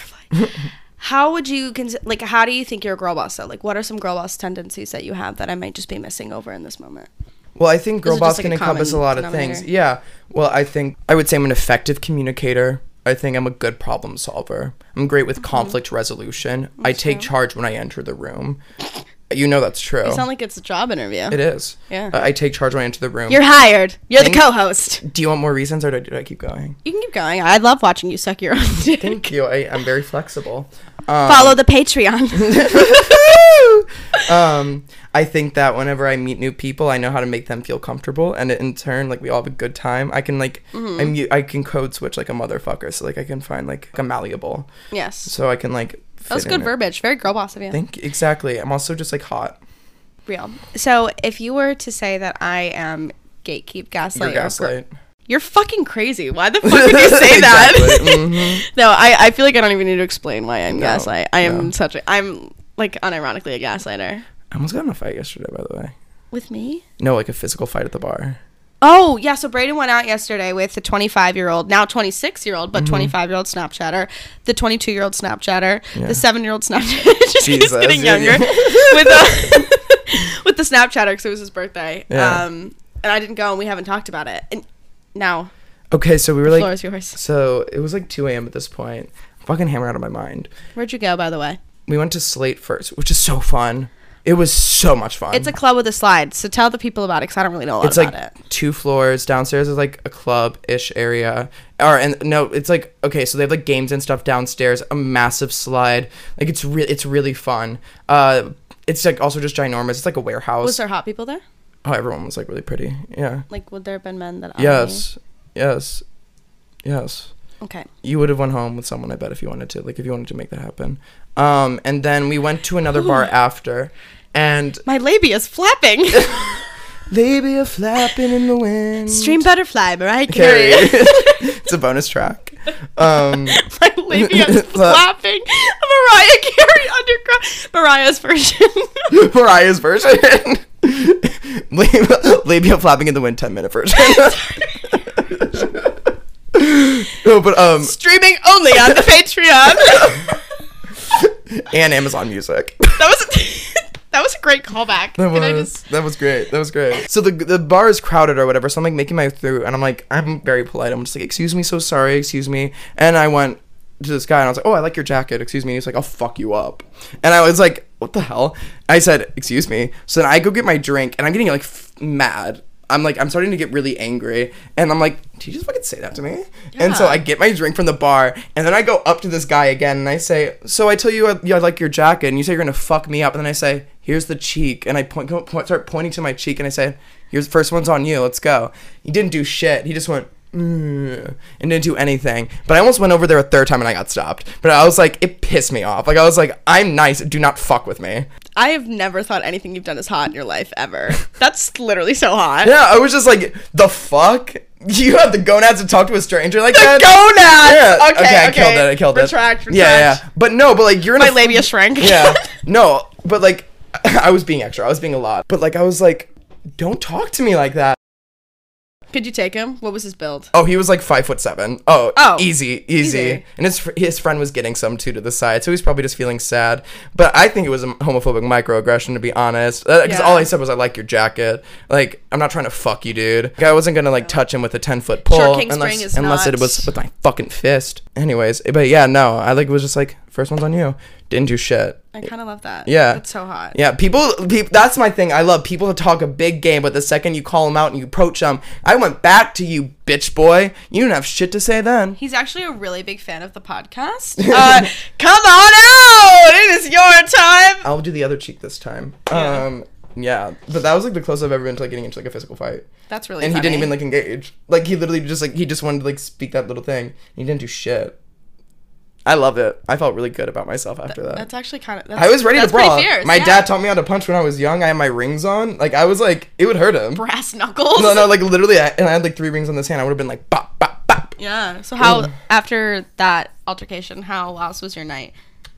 Speaker 1: How would you cons- like? How do you think you're a girl boss? Though, like, what are some girl boss tendencies that you have that I might just be missing over in this moment?
Speaker 2: well, I think
Speaker 1: Those
Speaker 2: girl
Speaker 1: are
Speaker 2: boss
Speaker 1: just, like,
Speaker 2: can
Speaker 1: a
Speaker 2: encompass a
Speaker 1: common
Speaker 2: lot of things.
Speaker 1: denominator.
Speaker 2: Yeah. Well, I think I would say I'm an effective communicator. I think I'm a good problem solver. I'm great
Speaker 1: Mm-hmm.
Speaker 2: with conflict resolution. I take charge when I enter the room. You know that's true.
Speaker 1: You sound like it's a job interview.
Speaker 2: Oh. it is.
Speaker 1: Yeah.
Speaker 2: I I take charge when I enter the room.
Speaker 1: You're hired. You're the
Speaker 2: Thank-
Speaker 1: co-host.
Speaker 2: do you want more reasons, or do I, do I keep going?
Speaker 1: You can keep going. I love watching you suck your own dick.
Speaker 2: Thank you. I, I'm very flexible. Um,
Speaker 1: Follow the Patreon.
Speaker 2: um, I think that whenever I meet new people, I know how to make them feel comfortable, and in turn, like we all have a good time. I can like
Speaker 1: Mm-hmm.
Speaker 2: I'm u- I can code switch like a motherfucker, so like I can find like a malleable,
Speaker 1: yes,
Speaker 2: so I can like. fit
Speaker 1: that was
Speaker 2: in
Speaker 1: good
Speaker 2: it.
Speaker 1: verbiage. Very girl boss of you.
Speaker 2: Thank exactly. I'm also just like hot.
Speaker 1: Real. So, if you were to say that I am gatekeep, gaslight,
Speaker 2: You're
Speaker 1: or gr-
Speaker 2: gaslight.
Speaker 1: you're fucking crazy. Why the fuck would you say that?
Speaker 2: Exactly. Mm-hmm.
Speaker 1: no, I, I feel like I don't even need to explain why I'm gaslight. I am
Speaker 2: no.
Speaker 1: such a I'm like unironically a gaslighter.
Speaker 2: I almost got in a fight yesterday, by the way.
Speaker 1: With me?
Speaker 2: No, like a physical fight at the bar.
Speaker 1: Oh, yeah. So Braden went out yesterday with the 25 year old, now 26 year old, but
Speaker 2: Mm-hmm.
Speaker 1: 25 year old Snapchatter, the 22 year old Snapchatter, the 7 year old Snapchatter. Just keeps
Speaker 2: Jesus,
Speaker 1: getting
Speaker 2: yeah,
Speaker 1: younger.
Speaker 2: yeah.
Speaker 1: with, the, with the Snapchatter because it was his birthday.
Speaker 2: Yeah.
Speaker 1: Um, and I didn't go and we haven't talked about it. And now,
Speaker 2: Okay, so we were like,
Speaker 1: floor is yours.
Speaker 2: so it was like 2 a.m. at this point. Fucking hammered out of my mind.
Speaker 1: Where'd you go, by the way?
Speaker 2: We went to Slate first, which is so fun. It was so much fun.
Speaker 1: It's a club with a slide. So tell the people about it because I don't really know a lot
Speaker 2: it's
Speaker 1: about
Speaker 2: like
Speaker 1: it.
Speaker 2: two floors downstairs is like a club ish area or and no it's like okay so they have like games and stuff downstairs a massive slide like it's re- it's really fun uh it's like also just ginormous. It's like a warehouse.
Speaker 1: Was there hot people there?
Speaker 2: oh, everyone was like really pretty. Yeah.
Speaker 1: Like, would there have been men that? I-
Speaker 2: Yes. Yes. Yes.
Speaker 1: Okay.
Speaker 2: You would have went home with someone, I bet, if you wanted to. Like if you wanted to make that happen. Um, and then we went to another bar after, and
Speaker 1: My labia is flapping.
Speaker 2: they be a flapping in the wind.
Speaker 1: Stream butterfly, Mariah
Speaker 2: Carrie.
Speaker 1: Carey.
Speaker 2: it's a bonus track. Um,
Speaker 1: My labia is flapping. Mariah Carey underground. Mariah's version.
Speaker 2: Mariah's version. Lab- Labia flapping in the wind, ten minute version. no, but um,
Speaker 1: Streaming only on the Patreon.
Speaker 2: and Amazon Music.
Speaker 1: that was that was a great callback.
Speaker 2: That
Speaker 1: Can I
Speaker 2: was
Speaker 1: just
Speaker 2: that was great. That was great. So the the bar is crowded or whatever. So I'm like making my way through, and I'm like I'm very polite. I'm just like, excuse me, so sorry, excuse me. And I went to this guy and I was like, oh, I like your jacket, excuse me. He's like, I'll fuck you up. And I was like, what the hell? I said, excuse me. So then I go get my drink, and I'm getting like f- mad. I'm like, I'm starting to get really angry, and I'm like, did you just fucking say that to me? And so
Speaker 1: Yeah.
Speaker 2: I get my drink from the bar, and then I go up to this guy again, and I say, "So I tell you, I, yeah, I like your jacket," and you say you're gonna fuck me up, and then I say, "Here's the cheek," and I point, go- point start pointing to my cheek, and I say, "Here's the first one's on you. Let's go." He didn't do shit. He just went. "Mm," And didn't do anything, but I almost went over there a third time and I got stopped. But I was like, it pissed me off. Like I was like, I'm nice, do not fuck with me.
Speaker 1: I have never thought anything you've done is hot in your life ever. That's literally so hot.
Speaker 2: Yeah, I was just like, the fuck? You have the gonads to talk to a stranger like that?
Speaker 1: gonads!
Speaker 2: Yeah.
Speaker 1: Okay,
Speaker 2: I killed
Speaker 1: okay.
Speaker 2: that. I killed that.
Speaker 1: Retract,
Speaker 2: Yeah,
Speaker 1: retract.
Speaker 2: yeah. But no, but like you're in
Speaker 1: My
Speaker 2: a-
Speaker 1: labia shrank.
Speaker 2: Yeah. No, but like I was being extra. I was being a lot. But like I was like, don't talk to me like that.
Speaker 1: Could you take him? What was his build?
Speaker 2: Oh, he was like five foot seven. Oh,
Speaker 1: Oh.
Speaker 2: easy, easy,
Speaker 1: Easy.
Speaker 2: And his fr- his friend was getting some too to the side, so he's probably just feeling sad. But I think it was a homophobic microaggression, to be honest, because
Speaker 1: Yeah.
Speaker 2: all I said was I like your jacket. Like I'm not trying to fuck you, dude. Like, I wasn't gonna like touch him with a ten foot pole
Speaker 1: King
Speaker 2: unless
Speaker 1: Spring is
Speaker 2: unless
Speaker 1: not-
Speaker 2: it was with my fucking fist. Anyways, but yeah, no, I like was just like first one's on you. Didn't do shit.
Speaker 1: I kind of love that.
Speaker 2: Yeah.
Speaker 1: That's so hot.
Speaker 2: Yeah, people, peop That's my thing. I love people to talk a big game, but the second you call them out and you approach them, I went back to you, bitch boy. You didn't have shit to say then.
Speaker 1: He's actually a really big fan of the podcast. Uh, come on out! It is your time.
Speaker 2: I'll do the other cheek this time. Um, yeah, but that was like the closest I've ever been to like getting into like a physical fight,
Speaker 1: That's really.
Speaker 2: and he
Speaker 1: funny.
Speaker 2: didn't even like engage. Like he literally just like he just wanted to like speak that little thing. He didn't do shit. I love it. I felt really good about myself after that.
Speaker 1: That's actually kind of.
Speaker 2: I was ready to
Speaker 1: that's pretty
Speaker 2: brawl.
Speaker 1: fierce,
Speaker 2: My
Speaker 1: yeah.
Speaker 2: dad taught me how to punch when I was young. I had my rings on. Like I was like, it would hurt him.
Speaker 1: brass knuckles.
Speaker 2: No, no, like literally, I, and I had like three rings on this hand. I would have been like, bop, bop, bop.
Speaker 1: Yeah. So how
Speaker 2: Mm.
Speaker 1: after that altercation, how else was your night?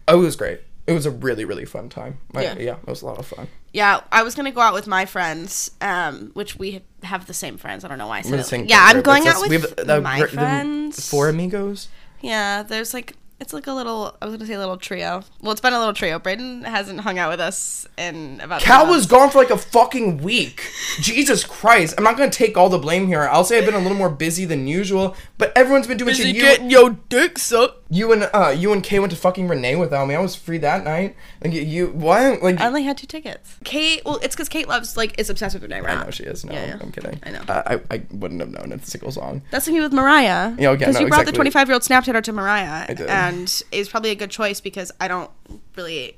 Speaker 2: Oh, it was great. It was a really, really fun time. My, yeah.
Speaker 1: Yeah.
Speaker 2: it was a lot of fun.
Speaker 1: Yeah, I was gonna go out with my friends, um, which we have the same friends. I don't know why I said
Speaker 2: We're the
Speaker 1: it.
Speaker 2: same
Speaker 1: yeah, I'm
Speaker 2: group.
Speaker 1: going
Speaker 2: It's
Speaker 1: out
Speaker 2: us-
Speaker 1: with
Speaker 2: we have the-
Speaker 1: my
Speaker 2: the- the
Speaker 1: friends.
Speaker 2: Four amigos.
Speaker 1: Yeah, there's like it's like a little. I was gonna say a little trio. Well, it's been a little trio. Brayden hasn't hung out with us in about.
Speaker 2: Cal
Speaker 1: two
Speaker 2: was gone for like a fucking week. Jesus Christ! I'm not gonna take all the blame here. I'll say I've been a little more busy than usual, but everyone's been doing shit. You,
Speaker 1: your dick sucked.
Speaker 2: you and uh, you and Kay went to fucking Renee without me. I was free that night. Like you, you what? Like
Speaker 1: I only had two tickets. Kate, well, it's because Kate loves like is obsessed with Renee
Speaker 2: I
Speaker 1: Brown.
Speaker 2: know she is. No,
Speaker 1: Yeah, yeah.
Speaker 2: I'm kidding.
Speaker 1: I know.
Speaker 2: Uh, I I wouldn't have known it's a single song.
Speaker 1: That's the thing with Mariah.
Speaker 2: Yeah, okay,
Speaker 1: Because
Speaker 2: no,
Speaker 1: you brought
Speaker 2: exactly.
Speaker 1: the 25 year old Snapchatter to Mariah,
Speaker 2: I did.
Speaker 1: and it's probably a good choice because I don't really,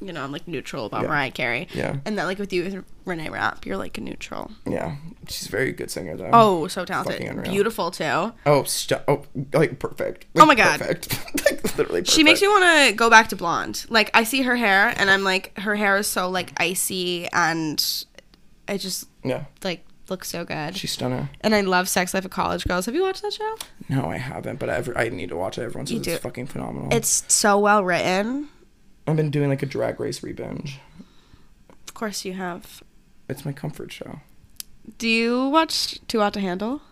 Speaker 1: you know, I'm like neutral about Mariah Carey.
Speaker 2: Yeah.
Speaker 1: And that like with you with Renee Rapp, you're like a neutral.
Speaker 2: Yeah, she's a very good singer though.
Speaker 1: Oh, so
Speaker 2: Fucking
Speaker 1: talented,
Speaker 2: unreal.
Speaker 1: beautiful too.
Speaker 2: Oh, st- oh, like perfect.
Speaker 1: Oh my
Speaker 2: Like,
Speaker 1: God.
Speaker 2: perfect. like literally. Perfect.
Speaker 1: She makes me want to go back to blonde. Like I see her hair, and I'm like, her hair is so like icy, and it just
Speaker 2: Yeah,
Speaker 1: like looks so good.
Speaker 2: she's stunner.
Speaker 1: and I love Sex Life of College Girls. Have you watched that show?
Speaker 2: No, I haven't, but I, ever, I need to watch it. Everyone says
Speaker 1: do.
Speaker 2: it's fucking phenomenal.
Speaker 1: It's so well written.
Speaker 2: I've been doing like a drag race rebinge.
Speaker 1: Of course, you have.
Speaker 2: It's my comfort show.
Speaker 1: Do you watch Too Hot to Handle?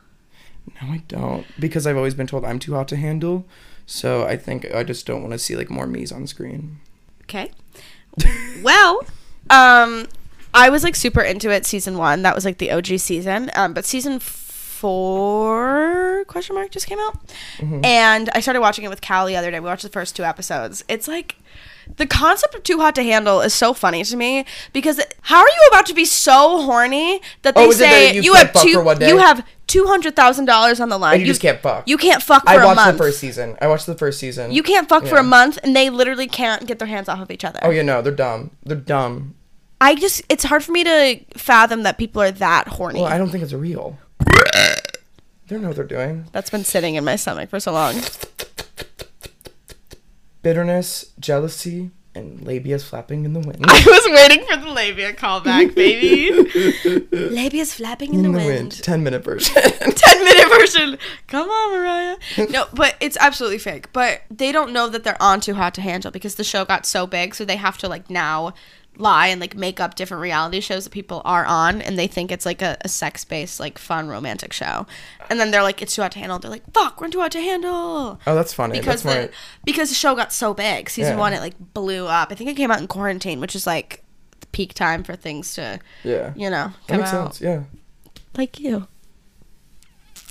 Speaker 2: No, I don't because I've always been told I'm too hot to handle. So I think I just don't want to see like more me's on screen.
Speaker 1: Okay. well, um, I was like super into it season one. That was like the OG season. Um, but season four question mark just came out,
Speaker 2: Mm-hmm.
Speaker 1: and I started watching it with Cal the other day. We watched the first two episodes. It's like the concept of too hot to handle is so funny to me because it- how are you about to be so horny that they
Speaker 2: Oh, is it
Speaker 1: say
Speaker 2: that you
Speaker 1: you
Speaker 2: can't
Speaker 1: have
Speaker 2: fuck
Speaker 1: two
Speaker 2: for one day?
Speaker 1: you have two two hundred thousand dollars on the line.
Speaker 2: And you just can't fuck.
Speaker 1: You can't fuck for
Speaker 2: I
Speaker 1: a
Speaker 2: watched
Speaker 1: month.
Speaker 2: the first season. I watched the first season.
Speaker 1: you can't fuck for
Speaker 2: Yeah.
Speaker 1: a month, and they literally can't get their hands off of each other.
Speaker 2: Oh yeah, no, they're dumb. They're dumb.
Speaker 1: I just it's hard for me to fathom that people are that horny.
Speaker 2: Well, I don't think it's real. they don't know what they're doing.
Speaker 1: That's been sitting in my stomach for so long.
Speaker 2: Bitterness, jealousy, and labias flapping in the wind.
Speaker 1: I was waiting for the labia callback, baby. Labia's flapping in, the, wind.
Speaker 2: Ten minute version.
Speaker 1: 10 minute version. Come on, Mariah. No, but it's absolutely fake. But they don't know that they're on Too Hot to Handle because the show got so big. So they have to, like, now lie and, like, make up different reality shows that people are on. And they think it's, like, a, a sex based, like, fun romantic show. And then they're like, it's Too Hot to Handle. They're like, fuck, we're on Too Hot to Handle.
Speaker 2: oh, that's funny.
Speaker 1: Because
Speaker 2: That's
Speaker 1: the,
Speaker 2: smart.
Speaker 1: because the show got so big. Season
Speaker 2: Yeah.
Speaker 1: one, it, like, blew up. I think it came out in quarantine, which is, like, the peak time for things to,
Speaker 2: yeah.
Speaker 1: you know,
Speaker 2: That
Speaker 1: come
Speaker 2: makes
Speaker 1: out.
Speaker 2: sense. Yeah.
Speaker 1: Like you.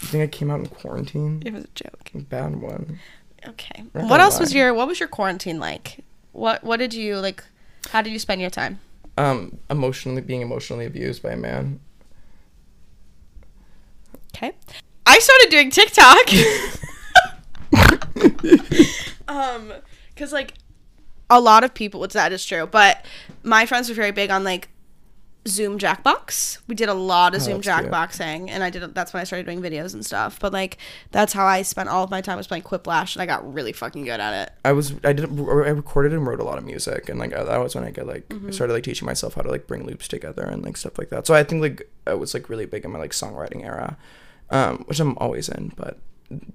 Speaker 2: You think I came out in quarantine?
Speaker 1: It was a joke.
Speaker 2: Bad one.
Speaker 1: Okay.
Speaker 2: Not
Speaker 1: what
Speaker 2: gonna
Speaker 1: else was
Speaker 2: lie.
Speaker 1: your What was your quarantine like? What What did you like? How did you spend your time?
Speaker 2: Um, emotionally being emotionally abused by a man.
Speaker 1: Okay. I started doing TikTok. um, because like a lot of people, which that is true, but my friends were very big on like Zoom Jackbox. We did a lot of Zoom
Speaker 2: Oh, that's cute.
Speaker 1: Jackboxing, and I did. That's when I started doing videos and stuff. But like, that's how I spent all of my time was playing Quiplash, and I got really fucking good at it.
Speaker 2: I was I did I recorded and wrote a lot of music and like that was when I got like
Speaker 1: Mm-hmm.
Speaker 2: started like teaching myself how to like bring loops together and like stuff like that. So I think like I was like really big in my like songwriting era, um, which I'm always in, but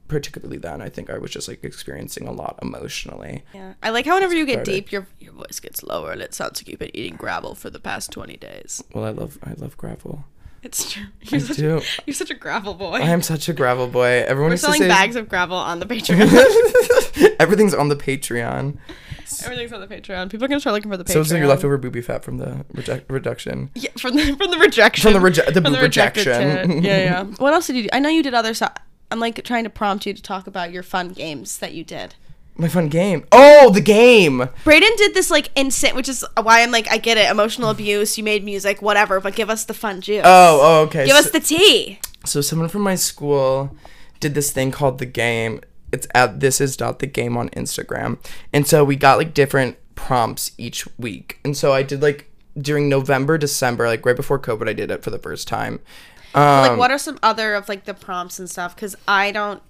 Speaker 2: particularly then I think I was just like experiencing a lot emotionally.
Speaker 1: Yeah. I like how whenever you get
Speaker 2: Friday.
Speaker 1: deep, your your voice gets lower, and it sounds like you've been eating gravel for the past twenty days.
Speaker 2: Well, I love I love gravel.
Speaker 1: It's true. You're, such,
Speaker 2: do.
Speaker 1: you're such a gravel boy.
Speaker 2: I am such a gravel boy. Everyone
Speaker 1: We're
Speaker 2: used to
Speaker 1: selling
Speaker 2: say-
Speaker 1: bags of gravel on the Patreon.
Speaker 2: Everything's on the Patreon.
Speaker 1: Everything's on the Patreon. People are gonna start looking for the Patreon.
Speaker 2: So it's like your leftover booby fat from the reject- reduction.
Speaker 1: Yeah, from the from the rejection.
Speaker 2: From the reje- the boob
Speaker 1: rejected
Speaker 2: rejection.
Speaker 1: shit. yeah, yeah. What else did you do? I know you did other stuff. I'm like trying to prompt you to talk about your fun games that you did.
Speaker 2: My fun game. Oh, the game.
Speaker 1: Brayden did this like instant, which is why I'm like, I get it. Emotional abuse. You made music, whatever. But give us the fun juice.
Speaker 2: Oh, oh okay.
Speaker 1: give
Speaker 2: So-
Speaker 1: us the tea.
Speaker 2: So someone from my school did this thing called the game. It's at this is not the game on Instagram. And so we got like different prompts each week. And so I did like during November, December, like right before COVID, I did it for the first time. Um,
Speaker 1: like what are some other of like the prompts and stuff because i don't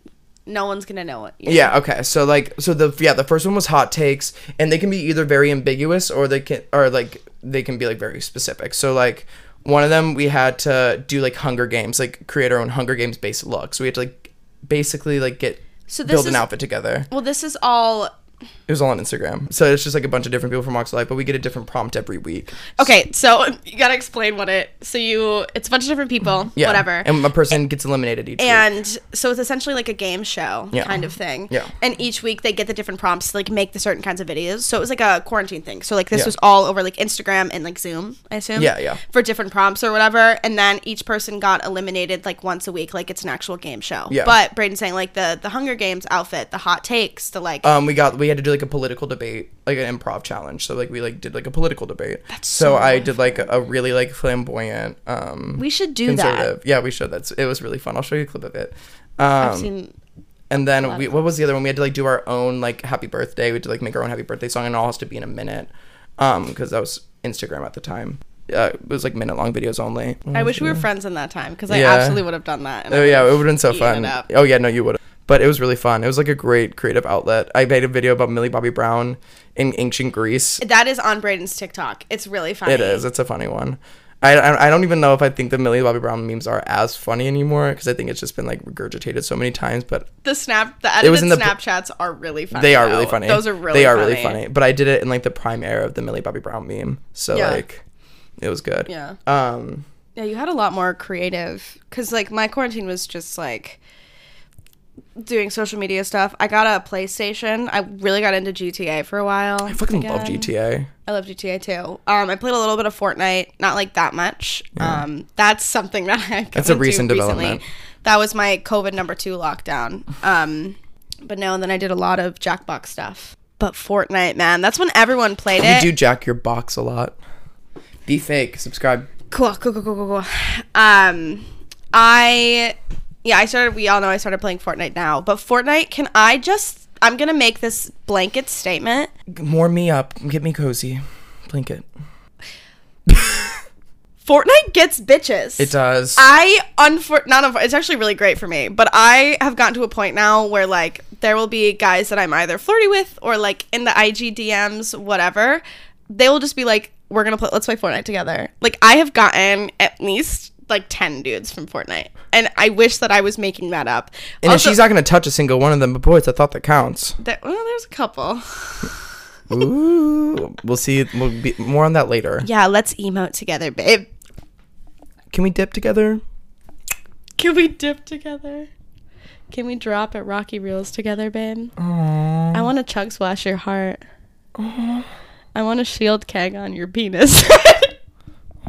Speaker 1: no one's gonna know it you know?
Speaker 2: yeah. Okay. So like, so the yeah, the first one was hot takes, and they can be either very ambiguous or they can or like they can be like very specific. So like one of them we had to do like Hunger Games, like create our own Hunger Games based look. So we had to like basically like get
Speaker 1: So this
Speaker 2: build an
Speaker 1: is-
Speaker 2: outfit together.
Speaker 1: well this is all
Speaker 2: It was all on Instagram. So it's just like a bunch of different people from Walks of Life, but we get a different prompt every week.
Speaker 1: okay so you gotta explain what it so you it's a bunch of different people
Speaker 2: Yeah.
Speaker 1: whatever and,
Speaker 2: And a person gets eliminated each week.
Speaker 1: so it's essentially like a game show
Speaker 2: Yeah.
Speaker 1: kind of thing
Speaker 2: Yeah.
Speaker 1: and each week they get the different prompts to like make the certain kinds of videos so it was like a quarantine thing so like this
Speaker 2: Yeah.
Speaker 1: was all over like instagram and like zoom i assume
Speaker 2: Yeah, yeah.
Speaker 1: for different prompts or whatever and then each person got eliminated like once a week like it's an actual game show
Speaker 2: Yeah.
Speaker 1: but braden's saying like the the hunger games outfit the hot takes the like
Speaker 2: Um, we got we had to do like a political debate, like an improv challenge. So like we like did like a political debate. That's
Speaker 1: so
Speaker 2: so, I did like a really like flamboyant um
Speaker 1: We should do that.
Speaker 2: conservative. Yeah, we showed that. It was really fun. I'll show you a clip of it. Um,
Speaker 1: I've seen.
Speaker 2: and then we, what was the other one? We had to like do our own like happy birthday. We had to like make our own happy birthday song, and it all has to be in a minute, um, because that was Instagram at the time. Uh, it was like minute long videos only.
Speaker 1: I wish we were friends in that time because I
Speaker 2: Yeah.
Speaker 1: absolutely would have done that. and I
Speaker 2: Oh
Speaker 1: would've
Speaker 2: yeah, it would have been so
Speaker 1: eaten
Speaker 2: fun.
Speaker 1: it up.
Speaker 2: Oh yeah, no, you would. have. But it was really fun. It was like a great creative outlet. I made a video about Millie Bobby Brown in ancient Greece.
Speaker 1: That is on Braden's TikTok. It's really funny.
Speaker 2: It is. It's a funny one. I, I, I don't even know if I think the Millie Bobby Brown memes are as funny anymore because I think it's just been like regurgitated so many times. But
Speaker 1: The snap, the edited
Speaker 2: was in the-
Speaker 1: Snapchats are really funny.
Speaker 2: they are
Speaker 1: though.
Speaker 2: really funny.
Speaker 1: Those are really.
Speaker 2: they are really funny. But I did it in like the prime era of the Millie Bobby Brown meme, so
Speaker 1: Yeah.
Speaker 2: like it was good.
Speaker 1: Yeah.
Speaker 2: Um.
Speaker 1: Yeah, you had a lot more creative because like my quarantine was just like doing social media stuff. I got a PlayStation. I really got into GTA for a while.
Speaker 2: I fucking love GTA.
Speaker 1: I love GTA too. Um, I played a little bit of Fortnite, not like that much. Um, that's something that I got
Speaker 2: That's a
Speaker 1: into
Speaker 2: recent
Speaker 1: recently.
Speaker 2: development.
Speaker 1: That was my COVID number two lockdown. Um, but no, and then I did a lot of Jackbox stuff. But Fortnite, man, that's when everyone played
Speaker 2: You
Speaker 1: it.
Speaker 2: do jack your box a lot. Be fake. Subscribe.
Speaker 1: cool, cool, cool, cool, cool, cool. Um, I yeah, I started. We all know I started playing Fortnite now, but Fortnite. Can I just? I'm gonna make this blanket statement.
Speaker 2: Warm me up. Get me cozy. Blanket.
Speaker 1: Fortnite gets bitches.
Speaker 2: It does.
Speaker 1: I unfor not unfor- it's actually really great for me, but I have gotten to a point now where like there will be guys that I'm either flirty with or like in the IG DMs, whatever. They will just be like, "We're gonna play. Let's play Fortnite together." Like I have gotten at least like ten dudes from Fortnite, and I wish that I was making that up.
Speaker 2: and if
Speaker 1: Also-
Speaker 2: she's not gonna touch a single one of them, but boys, I thought that counts.
Speaker 1: there- well, there's a couple.
Speaker 2: Ooh. we'll see. We'll be more on that later.
Speaker 1: Yeah, let's emote together, babe.
Speaker 2: Can we dip together?
Speaker 1: Can we dip together? Can we drop at Rocky Reels together, babe?
Speaker 2: Aww.
Speaker 1: I want to chug splash your heart. Uh-huh. I want a shield keg on your penis.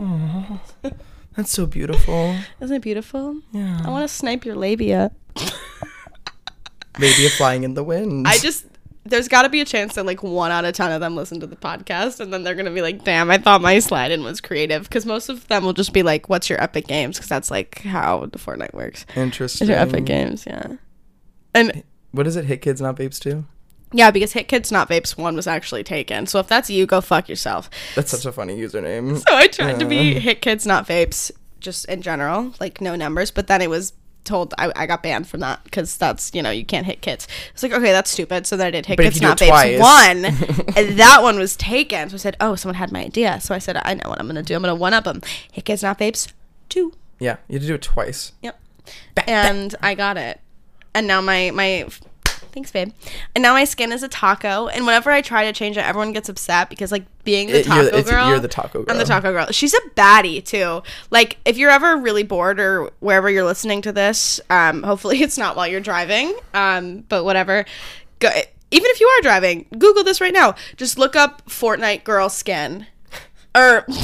Speaker 2: That's so beautiful.
Speaker 1: Isn't it beautiful? I
Speaker 2: Yeah.
Speaker 1: want to snipe your labia.
Speaker 2: Maybe a flying in the wind.
Speaker 1: I just, there's got to be a chance that like one out of 10 of them listen to the podcast and then they're going to be like, damn, I thought my slide in was creative. Because most of them will just be like, what's your Epic Games? Because that's like how the Fortnite works.
Speaker 2: interesting.
Speaker 1: Is your Epic Games, yeah. And
Speaker 2: What is it? Hit kids, not babes too.
Speaker 1: yeah, because Hit Kids Not Vapes 1 was actually taken. So if that's you, go fuck yourself.
Speaker 2: That's such a funny username.
Speaker 1: So I tried to be hit kids, not vapes, just in general, like no numbers. But then it was told I, I got banned from that because that's you know you can't hit kids. It's like okay, that's stupid. So then I did hit
Speaker 2: But if
Speaker 1: kids,
Speaker 2: you do
Speaker 1: not
Speaker 2: it
Speaker 1: vapes
Speaker 2: twice.
Speaker 1: one, and that one was taken. So I said, oh, someone had my idea. So I said, I know what I'm gonna do. I'm gonna one up them. Hit kids, not vapes two.
Speaker 2: Yeah, you had to do it twice.
Speaker 1: Yep. And I got it. And now my my thanks babe. And now my skin is a taco and whenever I try to change it everyone gets upset because like being the
Speaker 2: It- you're
Speaker 1: taco
Speaker 2: the- it's-
Speaker 1: girl
Speaker 2: you're the taco
Speaker 1: I'm the
Speaker 2: girl.
Speaker 1: taco girl. She's a baddie too. Like if you're ever really bored or wherever you're listening to this, um hopefully it's not while you're driving. Um but whatever. Go even if you are driving, Google this right now. Just look up Fortnite girl skin. Or no,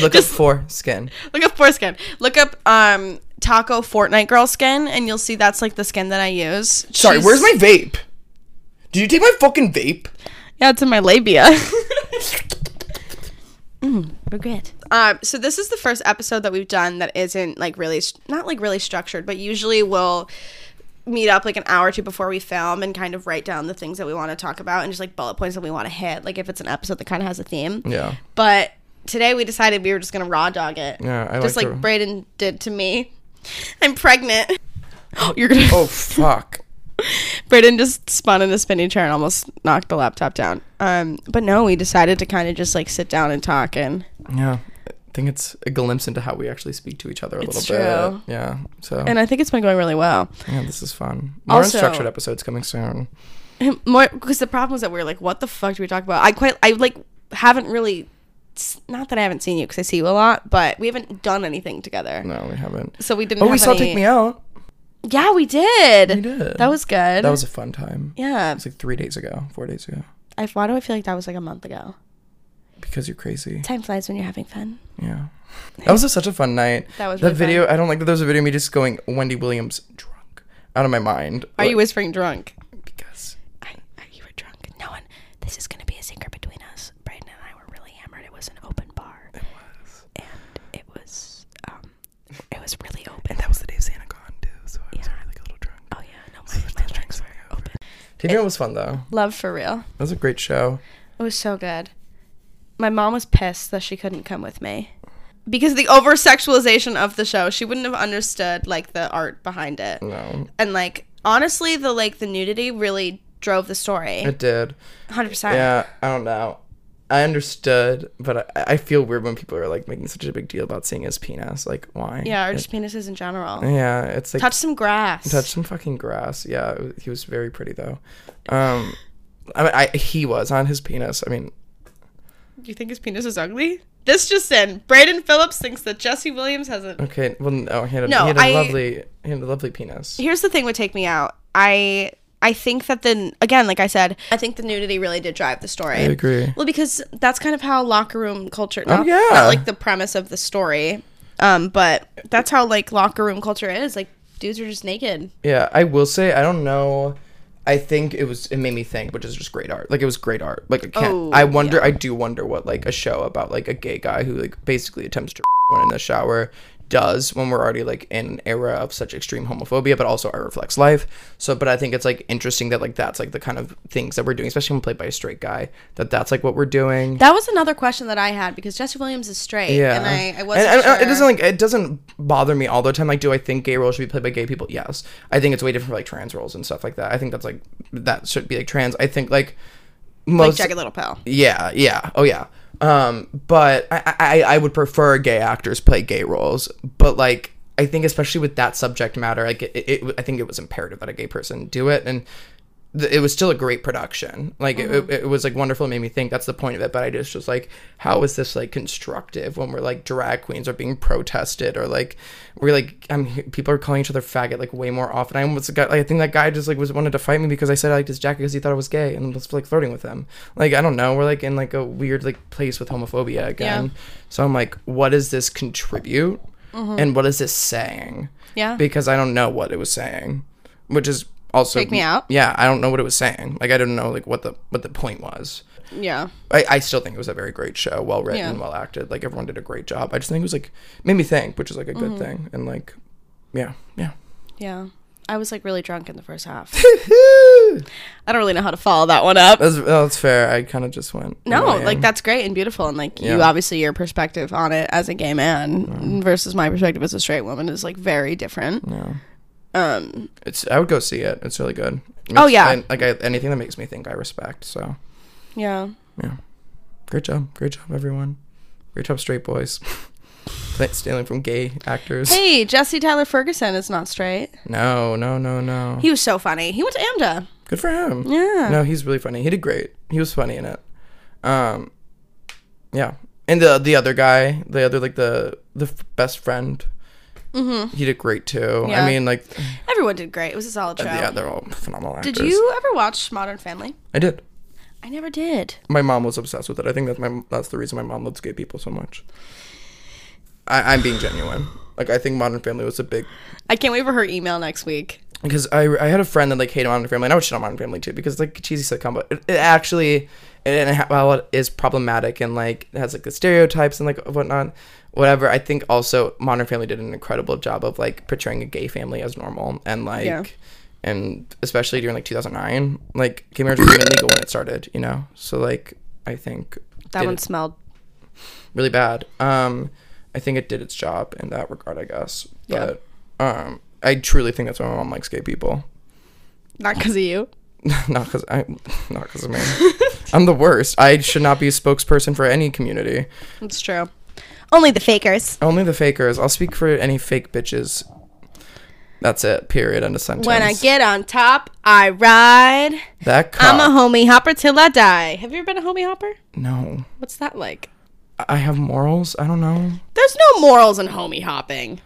Speaker 2: Look
Speaker 1: just-
Speaker 2: up for skin.
Speaker 1: Look up foreskin. Look up um taco Fortnite girl skin, and you'll see that's like the skin that I use.
Speaker 2: Sorry,
Speaker 1: She's-
Speaker 2: where's my vape? Did you take my fucking vape?
Speaker 1: Yeah, it's in my labia.
Speaker 2: Mm,
Speaker 3: Regret.
Speaker 1: um, so this is the first episode that we've done that isn't like really st- not like really structured, but usually we'll meet up like an hour or two before we film and kind of write down the things that we want to talk about and just like bullet points that we want to hit. Like if it's an episode that kind of has a theme.
Speaker 2: Yeah.
Speaker 1: But today we decided we were just gonna raw dog it.
Speaker 2: Yeah, I
Speaker 1: just
Speaker 2: like
Speaker 1: like,
Speaker 2: to-
Speaker 1: Brayden did to me. I'm pregnant. You're gonna.
Speaker 2: Oh fuck.
Speaker 1: Brayden just spun in a spinning chair and almost knocked the laptop down. Um, but no, we decided to kind of just like sit down and talk and
Speaker 2: Yeah. I think it's a glimpse into how we actually speak to each other a
Speaker 1: It's
Speaker 2: little
Speaker 1: true.
Speaker 2: bit. Yeah. So
Speaker 1: and I think it's been going really well.
Speaker 2: yeah, this is fun. More
Speaker 1: Also-
Speaker 2: unstructured episodes coming soon.
Speaker 1: More because the problem was that we were like, what the fuck do we talk about? I quite I like haven't really. s- Not that I haven't seen you because I see you a lot, but we haven't done anything together.
Speaker 2: No, we haven't.
Speaker 1: So we didn't.
Speaker 2: Oh,
Speaker 1: have
Speaker 2: we saw
Speaker 1: any-
Speaker 2: Take Me Out.
Speaker 1: Yeah, we did.
Speaker 2: We did.
Speaker 1: That was good.
Speaker 2: That was a fun time.
Speaker 1: yeah.
Speaker 2: It's like three days ago, four days ago.
Speaker 1: I, why do I feel like that was like a month ago?
Speaker 2: Because you're crazy.
Speaker 1: Time flies when you're having fun.
Speaker 2: Yeah. That was just such a fun night.
Speaker 1: That was
Speaker 2: that
Speaker 1: really
Speaker 2: video. I don't like that. There was a video of me just going Wendy Williams drunk out of my mind.
Speaker 1: Are you whispering drunk?
Speaker 2: Because
Speaker 3: I, I, you were drunk. No one. This is going to be a secret between us. Brayden and I were really hammered. It was an open bar. It was. And it was. Um, it was really open.
Speaker 2: that was the day of SantaCon too, so I was already like a little drunk.
Speaker 3: Oh yeah. No, my, my legs were open.
Speaker 2: Take Me Out was fun though.
Speaker 1: Love for real.
Speaker 2: That was a great show.
Speaker 1: It was so good. My mom was pissed that she couldn't come with me because the over sexualization of the show. She wouldn't have understood like the art behind it,
Speaker 2: No,
Speaker 1: and like honestly, the like the nudity really drove the story.
Speaker 2: it did.
Speaker 1: Hundred percent.
Speaker 2: Yeah, I don't know. I understood, but I, I feel weird when people are like making such a big deal about seeing his penis. Like, why?
Speaker 1: Yeah, or
Speaker 2: It-
Speaker 1: just penises in general.
Speaker 2: yeah. It's like
Speaker 1: Touch
Speaker 2: touch,
Speaker 1: some grass.
Speaker 2: some fucking grass. Yeah, it was- he was very pretty though. Um, I mean, I he was on his penis. I mean,
Speaker 1: Do you think his penis is ugly? This just in: Braden Phillips thinks that Jesse Williams hasn't.
Speaker 2: okay. Well, no, he had a,
Speaker 1: No,
Speaker 2: he had a
Speaker 1: I-
Speaker 2: lovely, he had a lovely penis.
Speaker 1: Here's the thing: would take me out. I I think that the again, like I said, I think the nudity really did drive the story.
Speaker 2: I agree. Oh,
Speaker 1: Well, because that's kind of how locker room culture. Not,
Speaker 2: yeah.
Speaker 1: Not like the premise of the story, um, but that's how like locker room culture is. Like dudes are just naked.
Speaker 2: Yeah, I will say I don't know. I think it was it made me think, which is just great art. Like it was great art. Like I can't.
Speaker 1: Oh,
Speaker 2: I wonder. I do wonder what like a show about like a gay guy who like basically attempts to one in the shower does when we're already like in an era of such extreme homophobia, but also art reflects life. So, but I think it's like interesting that like that's like the kind of things that we're doing, especially when played by a straight guy, that that's like what we're doing.
Speaker 1: That was another question that I had because Jesse Williams is straight,
Speaker 2: yeah,
Speaker 1: and I, I wasn't
Speaker 2: And- and
Speaker 1: sure.
Speaker 2: it doesn't like it doesn't bother me all the time. Like, do I think gay roles should be played by gay people? Yes, I think it's way different from like trans roles and stuff like that. I think that's like that should be like trans. I think like
Speaker 1: like
Speaker 2: most
Speaker 1: Jagged Little Pill.
Speaker 2: yeah, yeah. Oh yeah. Um, but I, I I would prefer gay actors play gay roles, but like I think especially with that subject matter, like it, it I think it was imperative that a gay person do it, and th- it was still a great production. Like
Speaker 1: Mm-hmm.
Speaker 2: it, it, it was like wonderful, it made me think. That's the point of it. But I just was like, how is this like constructive when we're like drag queens are being protested or like we're like I'm he- people are calling each other faggot like way more often. I almost got like I think that guy just like was wanted to fight me because I said I liked his jacket because he thought I was gay and was like flirting with him. Like I don't know, we're like in like a weird like place with homophobia again. So I'm like, what does this contribute? And what is this saying?
Speaker 1: Mm-hmm. Yeah.
Speaker 2: Because I don't know what it was saying, which is also
Speaker 1: Take me out?
Speaker 2: yeah, I don't know what it was saying. Like I don't know like what the what the point was.
Speaker 1: Yeah.
Speaker 2: I, I still think it was a very great show, well written,
Speaker 1: Yeah.
Speaker 2: well acted. Like everyone did a great job. I just think it was like made me think, which is like a
Speaker 1: Mm-hmm.
Speaker 2: good thing. And like, yeah, yeah.
Speaker 1: Yeah. I was like really drunk in the first half.
Speaker 2: that's,
Speaker 1: I don't really know how to follow that one up.
Speaker 2: that's fair. I kind of just went.
Speaker 1: No,
Speaker 2: annoying.
Speaker 1: like that's great and beautiful, and like you
Speaker 2: Yeah. Mm.
Speaker 1: obviously your perspective on it as a gay man versus my perspective as a straight woman is like very different.
Speaker 2: Yeah.
Speaker 1: Um,
Speaker 2: It's I would go see it. It's really good.
Speaker 1: Oh,
Speaker 2: It's-
Speaker 1: yeah.
Speaker 2: I- like I, anything that makes me think, I respect. So
Speaker 1: yeah,
Speaker 2: yeah, great job, great job, everyone. Great job, straight boys. Stealing from gay actors.
Speaker 1: Hey, Jesse Tyler Ferguson is not straight.
Speaker 2: No, no, no, no.
Speaker 1: He was so funny. He went to AMDA.
Speaker 2: Good for him.
Speaker 1: Yeah.
Speaker 2: No, he's really funny. He did great. He was funny in it. Um, yeah. And the the other guy, the other like the the f- best friend, mm-hmm. he did great too.
Speaker 1: Yeah.
Speaker 2: I mean, like,
Speaker 1: Everyone did great. It was a solid show.
Speaker 2: Uh, yeah, they're all phenomenal actors.
Speaker 1: did you ever watch Modern Family?
Speaker 2: I did.
Speaker 1: I never did.
Speaker 2: My mom was obsessed with it. I think that's my that's the reason my mom loves gay people so much. I, I'm being genuine. Like, I think Modern Family was a big
Speaker 1: I can't wait for her email next week.
Speaker 2: because I, I had a friend that like hated Modern Family, and I would shit on Modern Family too because like a cheesy sitcom, but it, it actually and it, ha- while it is problematic and like it has like the stereotypes and like whatnot, whatever. I think also Modern Family did an incredible job of like portraying a gay family as normal and like
Speaker 1: Yeah.
Speaker 2: and especially during like 2009, like gay marriage was even legal when it started, you know. So like I think
Speaker 1: That
Speaker 2: did
Speaker 1: one
Speaker 2: it
Speaker 1: smelled.
Speaker 2: really bad. Um, I think it did its job in that regard, I guess.
Speaker 1: Yeah.
Speaker 2: But um, I truly think that's why my mom likes gay people.
Speaker 1: Not because of you.
Speaker 2: not because I, not because of me. I'm the worst. I should not be a spokesperson for any community.
Speaker 1: It's true. Only the fakers.
Speaker 2: Only the fakers. I'll speak for any fake bitches. That's it. Period. End of sentence.
Speaker 1: When I get on top, I ride.
Speaker 2: that
Speaker 1: I'm
Speaker 2: cop-
Speaker 1: a homie hopper till I die. Have you ever been a homie hopper?
Speaker 2: no,
Speaker 1: What's that like?
Speaker 2: I- I have morals. I don't know.
Speaker 1: There's no morals in homie hopping.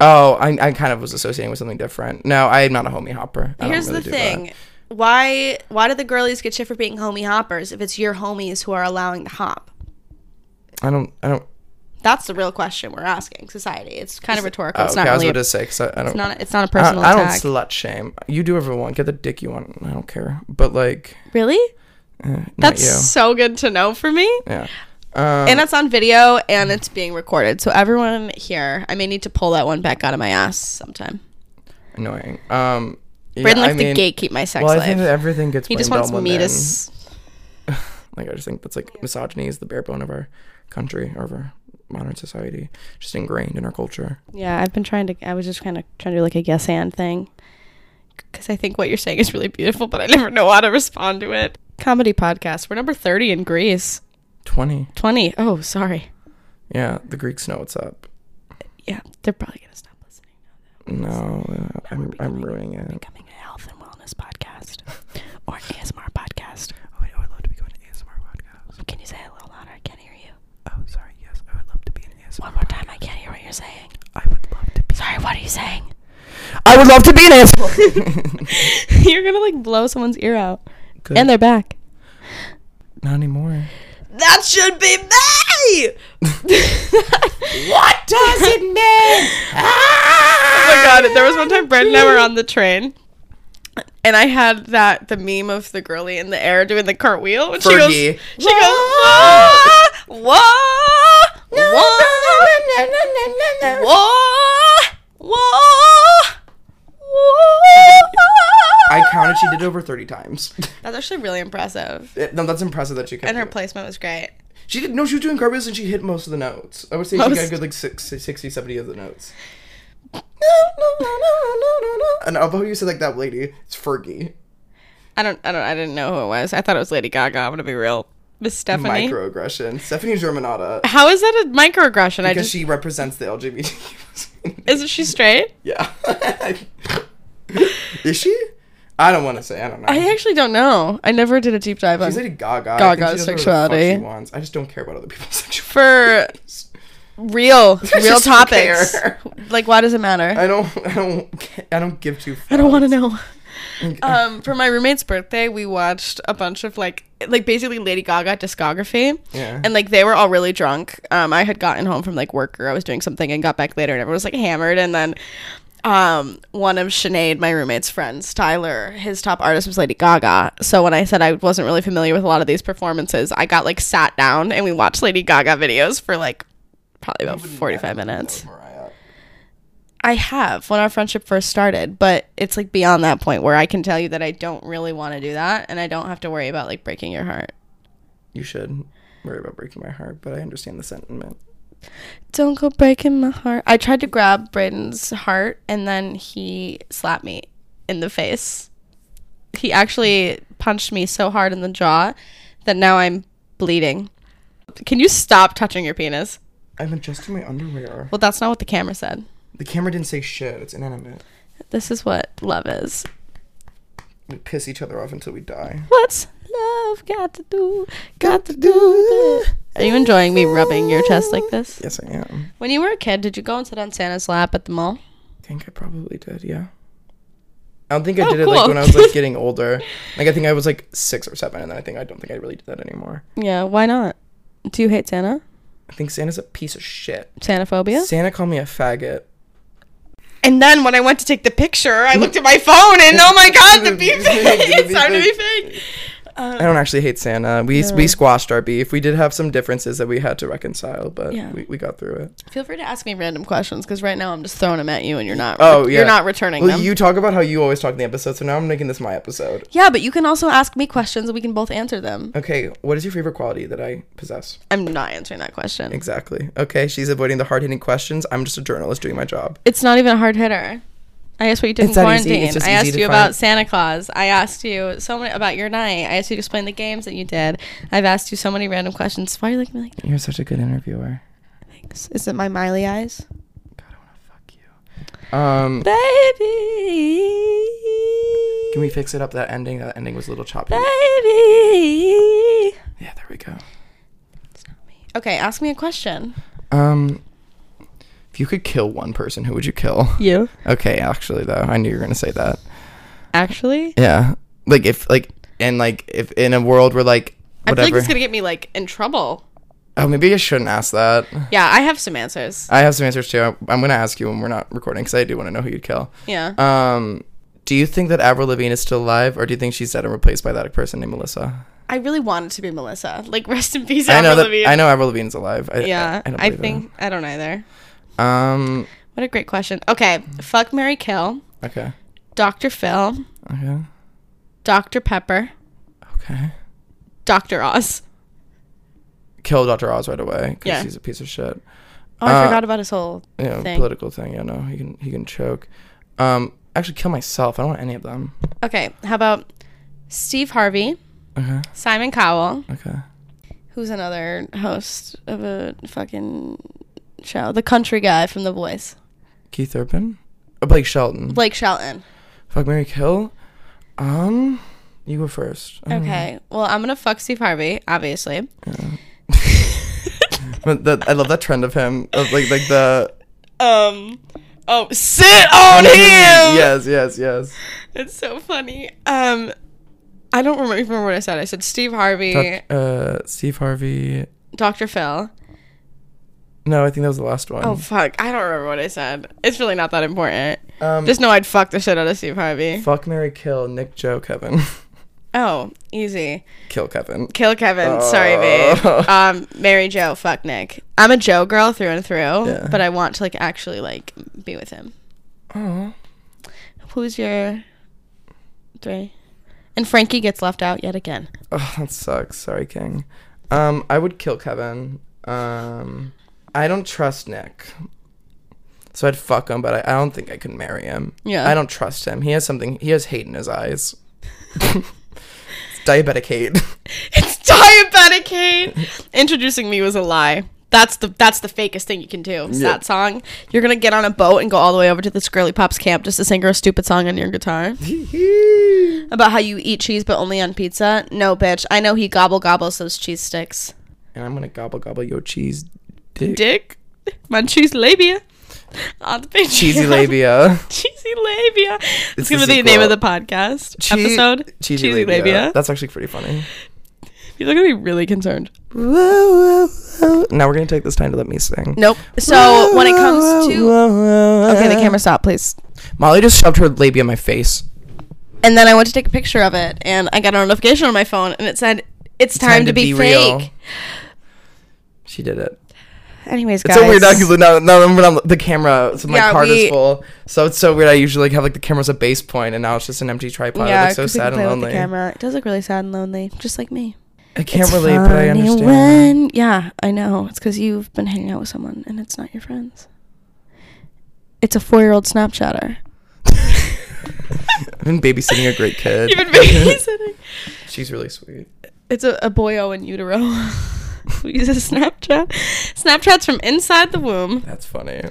Speaker 2: Oh, I, I kind of was associating with something different. No, I am not a homie hopper. I don't
Speaker 1: Here's
Speaker 2: really
Speaker 1: the
Speaker 2: do that.
Speaker 1: thing. Why why do the girlies get shit for being homie hoppers if it's your homies who are allowing the hop?
Speaker 2: I don't. I don't.
Speaker 1: That's the real question we're asking society. It's kind of rhetorical.
Speaker 2: Oh,
Speaker 1: it's
Speaker 2: okay,
Speaker 1: not
Speaker 2: I was
Speaker 1: really.
Speaker 2: about to say 'cause I, I don't.
Speaker 1: it's not. It's not a
Speaker 2: I,
Speaker 1: personal
Speaker 2: I don't
Speaker 1: attack.
Speaker 2: slut shame. You do whatever you want. Get the dick you want. I don't care. But like,
Speaker 1: really?
Speaker 2: eh, not
Speaker 1: That's
Speaker 2: you.
Speaker 1: so good to know for me.
Speaker 2: Yeah. Um,
Speaker 1: And it's on video and it's being recorded. So everyone here, I may need to pull that one back out of my ass sometime.
Speaker 2: annoying. Um, yeah,
Speaker 1: Braden
Speaker 2: I
Speaker 1: likes
Speaker 2: mean,
Speaker 1: to gatekeep my sex
Speaker 2: Well, I
Speaker 1: life.
Speaker 2: think that everything gets.
Speaker 1: he just
Speaker 2: blamed
Speaker 1: wants
Speaker 2: on
Speaker 1: me to.
Speaker 2: women.
Speaker 1: S-
Speaker 2: Like I just think that's like misogyny is the bare bone of our country, of our modern society, just ingrained in our culture.
Speaker 1: yeah, I've been trying to. I was just kind of trying to do like a yes and thing. Because I think what you're saying is really beautiful, but I never know how to respond to it. Comedy podcast. We're number 30 in Greece.
Speaker 2: Twenty.
Speaker 1: 20. Oh, sorry.
Speaker 2: Yeah, the Greeks know what's up.
Speaker 1: Yeah, they're probably going to stop listening.
Speaker 2: No, uh, I'm, I'm ruining it.
Speaker 3: Becoming a health and wellness podcast or ASMR podcast.
Speaker 4: Oh, wait, I would love to be going to ASMR podcast.
Speaker 3: Can you say it a little louder? I can't hear you.
Speaker 4: Oh, sorry. Yes, I would love to be an ASMR.
Speaker 3: One more time. I can't hear what you're saying.
Speaker 4: I would love to be.
Speaker 3: Sorry, what are you saying?
Speaker 2: I would love to be an asshole.
Speaker 1: You're going to like blow someone's ear out.
Speaker 2: Good.
Speaker 1: And they're back.
Speaker 2: Not anymore.
Speaker 1: That should be me!
Speaker 2: What does it mean?
Speaker 1: Oh my god, there was one time Brett and I were on the train. And I had that the meme of the girly in the air doing the cartwheel. And she goes,
Speaker 2: Fergie.
Speaker 1: she goes, wah, wah, wah, Whoa! Whoa! Whoa!
Speaker 2: I counted. She did it over thirty times.
Speaker 1: That's actually really impressive.
Speaker 2: no, that's impressive that she kept.
Speaker 1: And her
Speaker 2: it.
Speaker 1: placement was great.
Speaker 2: She did. No, she was doing cartwheels and she hit most of the notes. I would say she got a
Speaker 1: Most.
Speaker 2: good like six, 60, 70 of the notes. And I love how you said like that lady. It's Fergie.
Speaker 1: I don't, I don't, I didn't know who it was. I thought it was Lady Gaga. I'm gonna be real, Miss Stephanie.
Speaker 2: Microaggression. Stephanie Germanata.
Speaker 1: How is that a microaggression? I
Speaker 2: Because
Speaker 1: just
Speaker 2: she represents the LGBTQ. community.
Speaker 1: isn't she straight?
Speaker 2: yeah. Is she? I don't want to say. I don't know.
Speaker 1: I actually don't know. I never did a deep dive on
Speaker 2: She's Lady Gaga. I
Speaker 1: Gaga's
Speaker 2: think she does whatever the fuck
Speaker 1: sexuality.
Speaker 2: She wants. I just don't care about other people's sexuality.
Speaker 1: for real, real
Speaker 2: just don't
Speaker 1: topics.
Speaker 2: care.
Speaker 1: Like, why does it matter?
Speaker 2: I don't. I don't. I don't give two.
Speaker 1: I don't want to know. um, for my roommate's birthday, we watched a bunch of like, like basically Lady Gaga discography.
Speaker 2: Yeah.
Speaker 1: And like they were all really drunk. Um, I had gotten home from like work or I was doing something and got back later and everyone was like hammered. And then, um, one of Sinead, my roommate's friends, Tyler, his top artist was Lady Gaga. So when I said I wasn't really familiar with a lot of these performances, I got like sat down and we watched Lady Gaga videos for like probably about forty five minutes.
Speaker 2: Mariah.
Speaker 1: I have when our friendship first started, but it's like beyond that point where I can tell you that I don't really want to do that and I don't have to worry about like breaking your heart.
Speaker 2: You should worry about breaking my heart, but I understand the sentiment.
Speaker 1: Don't go breaking my heart. I tried to grab Braden's heart and then he slapped me in the face. He actually punched me so hard in the jaw that now I'm bleeding. Can you stop touching your penis?
Speaker 2: I'm adjusting my underwear.
Speaker 1: Well, that's not what the camera said.
Speaker 2: The camera didn't say shit. It's inanimate.
Speaker 1: This is what love is.
Speaker 2: We piss each other off until we die.
Speaker 1: What's love got to do? Got to do. Are you enjoying me rubbing your chest like this?
Speaker 2: Yes, I am.
Speaker 1: When you were a kid, did you go and sit on Santa's lap at the mall?
Speaker 2: I think I probably did. Yeah. I don't think I
Speaker 1: Oh,
Speaker 2: did it like
Speaker 1: cool.
Speaker 2: when I was like getting older. Like I think I was like six or seven, and then I think I don't think I really did that anymore.
Speaker 1: Yeah, why not? Do you hate Santa?
Speaker 2: I think Santa's a piece of shit.
Speaker 1: Santaphobia?
Speaker 2: Santa called me a faggot.
Speaker 1: And then when I went to take the picture, I looked at my phone and oh my god, the beep
Speaker 2: The
Speaker 1: thing.
Speaker 2: beep
Speaker 1: Sorry to be
Speaker 2: thing.
Speaker 1: fake. Uh.
Speaker 2: I don't actually hate Santa. We we squashed our beef. We did have some differences that we had to reconcile, but
Speaker 1: Yeah.
Speaker 2: we, we got through it.
Speaker 1: Feel free to ask me random questions because right now I'm just throwing them at you and you're not.
Speaker 2: Oh yeah,
Speaker 1: you're not returning
Speaker 2: Well,
Speaker 1: them.
Speaker 2: you talk about how you always talk in the episode, so now I'm making this my episode.
Speaker 1: yeah, but you can also ask me questions and we can both answer them.
Speaker 2: Okay, what is your favorite quality that I possess?
Speaker 1: I'm not answering that question.
Speaker 2: Exactly. Okay, she's avoiding the hard hitting questions. I'm just a journalist doing my job.
Speaker 1: It's not even a hard hitter. I asked what you did
Speaker 2: It's
Speaker 1: in
Speaker 2: not easy.
Speaker 1: quarantine.
Speaker 2: It's just
Speaker 1: I
Speaker 2: easy
Speaker 1: asked
Speaker 2: to
Speaker 1: you about
Speaker 2: find.
Speaker 1: Santa Claus. I asked you so many about your night. I asked you to explain the games that you did. I've asked you so many random questions. Why are you looking at me like
Speaker 2: You're such a good interviewer.
Speaker 1: this? Is it my Miley eyes?
Speaker 4: God, I want to fuck you.
Speaker 2: Um,
Speaker 1: Baby.
Speaker 2: can we fix it up? That ending. That ending was a little choppy.
Speaker 1: Baby.
Speaker 2: Yeah, there we go.
Speaker 1: Okay, ask me a question.
Speaker 2: Um, if you could kill one person, who would you kill?
Speaker 1: You.
Speaker 2: Okay, actually though, I knew you were gonna say that.
Speaker 1: Actually,
Speaker 2: Yeah. Like if like and like if in a world where like
Speaker 1: I feel like
Speaker 2: whatever.
Speaker 1: it's going to get me like in trouble.
Speaker 2: oh, maybe I shouldn't ask that.
Speaker 1: Yeah, I have some answers.
Speaker 2: I have some answers too. I- I'm gonna ask you when we're not recording because I do want to know who you'd kill.
Speaker 1: Yeah.
Speaker 2: Um, do you think that Avril Lavigne is still alive, or do you think she's dead and replaced by that person named Melissa?
Speaker 1: I really wanted to be Melissa. Like rest in peace
Speaker 2: I know
Speaker 1: Avril
Speaker 2: that
Speaker 1: Lavigne.
Speaker 2: I know Avril Lavigne's alive. I,
Speaker 1: Yeah,
Speaker 2: I, I, don't
Speaker 1: I
Speaker 2: believe it.
Speaker 1: think I don't either.
Speaker 2: Um.
Speaker 1: What a great question. Okay, fuck Mary Kill,
Speaker 2: Okay.
Speaker 1: Dr. Phil,
Speaker 2: Okay.
Speaker 1: Dr. Pepper,
Speaker 2: Okay.
Speaker 1: Dr. Oz.
Speaker 2: Kill Dr. Oz right away because
Speaker 1: Yeah.
Speaker 2: he's a piece of shit.
Speaker 1: Oh, I
Speaker 2: Uh,
Speaker 1: forgot about his whole.
Speaker 2: You know,
Speaker 1: Thing.
Speaker 2: political thing. You know, he can he can choke. Um, actually, kill myself. I don't want any of them.
Speaker 1: Okay, how about Steve Harvey,
Speaker 2: Okay.
Speaker 1: Simon Cowell,
Speaker 2: Okay.
Speaker 1: who's another host of a fucking show, the country guy from The Voice,
Speaker 2: Keith Urban, uh, Blake Shelton.
Speaker 1: Blake Shelton.
Speaker 2: Fuck Mary Kill. Um, you go first. I don't
Speaker 1: Okay, well I'm gonna fuck Steve Harvey, obviously.
Speaker 2: know. But that, I love that trend of him of like like the
Speaker 1: Um, oh, sit on him.
Speaker 2: yes yes yes.
Speaker 1: It's so funny. Um, I don't remember, even remember what I said. I said Steve Harvey,
Speaker 2: Fuck, uh, Steve Harvey.
Speaker 1: Dr. Phil.
Speaker 2: No, I think that was the last one.
Speaker 1: Oh fuck! I don't remember what I said. It's really not that important.
Speaker 2: um,
Speaker 1: Just know I'd fuck the shit out of Steve Harvey.
Speaker 2: fuck Mary Kill. Nick Joe Kevin.
Speaker 1: Oh, easy.
Speaker 2: Kill Kevin.
Speaker 1: Kill Kevin. Sorry, babe. Um, marry Joe. Fuck Nick. I'm a Joe girl through and through,
Speaker 2: Yeah.
Speaker 1: but I want to like actually like be with him.
Speaker 2: Oh,
Speaker 1: Who's your three? And Frankie gets left out yet again.
Speaker 2: oh, that sucks. Sorry, King. Um, I would kill Kevin. Um, I don't trust Nick, so I'd fuck him, but I, I don't think I could marry him.
Speaker 1: Yeah.
Speaker 2: I don't trust him. He has something. He has hate in his eyes. It's diabetic hate.
Speaker 1: It's diabetic hate. Introducing me was a lie. That's the that's the fakest thing you can do. Is
Speaker 2: Yeah.
Speaker 1: That song. You're gonna get on a boat and go all the way over to this girly pops camp just to sing her a stupid song on your guitar about how you eat cheese but only on pizza. No, bitch. I know he gobble gobbles those cheese sticks.
Speaker 2: and I'm gonna gobble gobble your cheese dick.
Speaker 1: Dick, my cheese labia. On the Patreon.
Speaker 2: cheesy labia.
Speaker 1: Cheesy labia.
Speaker 2: It's
Speaker 1: It's gonna
Speaker 2: the
Speaker 1: be the name of
Speaker 2: sequel.
Speaker 1: the podcast
Speaker 2: Chee-
Speaker 1: episode.
Speaker 2: Cheesy, labia. That's actually pretty funny.
Speaker 1: People are gonna be really concerned.
Speaker 2: Now we're gonna take this time to let me sing.
Speaker 1: Nope. So when it comes to okay, the
Speaker 2: camera.
Speaker 1: camera stop, please.
Speaker 2: Molly just shoved her labia in my face.
Speaker 1: And then I went to take a picture of it, and I got a notification on my phone, and it said, "It's time, to, be, fake."
Speaker 2: She did it.
Speaker 1: Anyways,
Speaker 2: It's
Speaker 1: guys,
Speaker 2: so weird now because now, now that we're not the camera, so my
Speaker 1: Yeah,
Speaker 2: card
Speaker 1: we-
Speaker 2: is full. So it's so weird. I usually like have like the camera as a base point, and now it's just an empty tripod.
Speaker 1: yeah,
Speaker 2: it looks so
Speaker 1: 'cause we can
Speaker 2: sad and
Speaker 1: play with
Speaker 2: lonely.
Speaker 1: The camera. It does look really sad and lonely, just like me.
Speaker 2: I can't relate, but I understand.
Speaker 1: When, yeah, I know. It's because you've been hanging out with someone, and it's not your friends. It's a four-year-old Snapchatter.
Speaker 2: I've been babysitting a great kid.
Speaker 1: You've been babysitting.
Speaker 2: She's really sweet.
Speaker 1: It's a, a boyo in utero. we use a Snapchat. Snapchats from inside the womb.
Speaker 2: That's funny.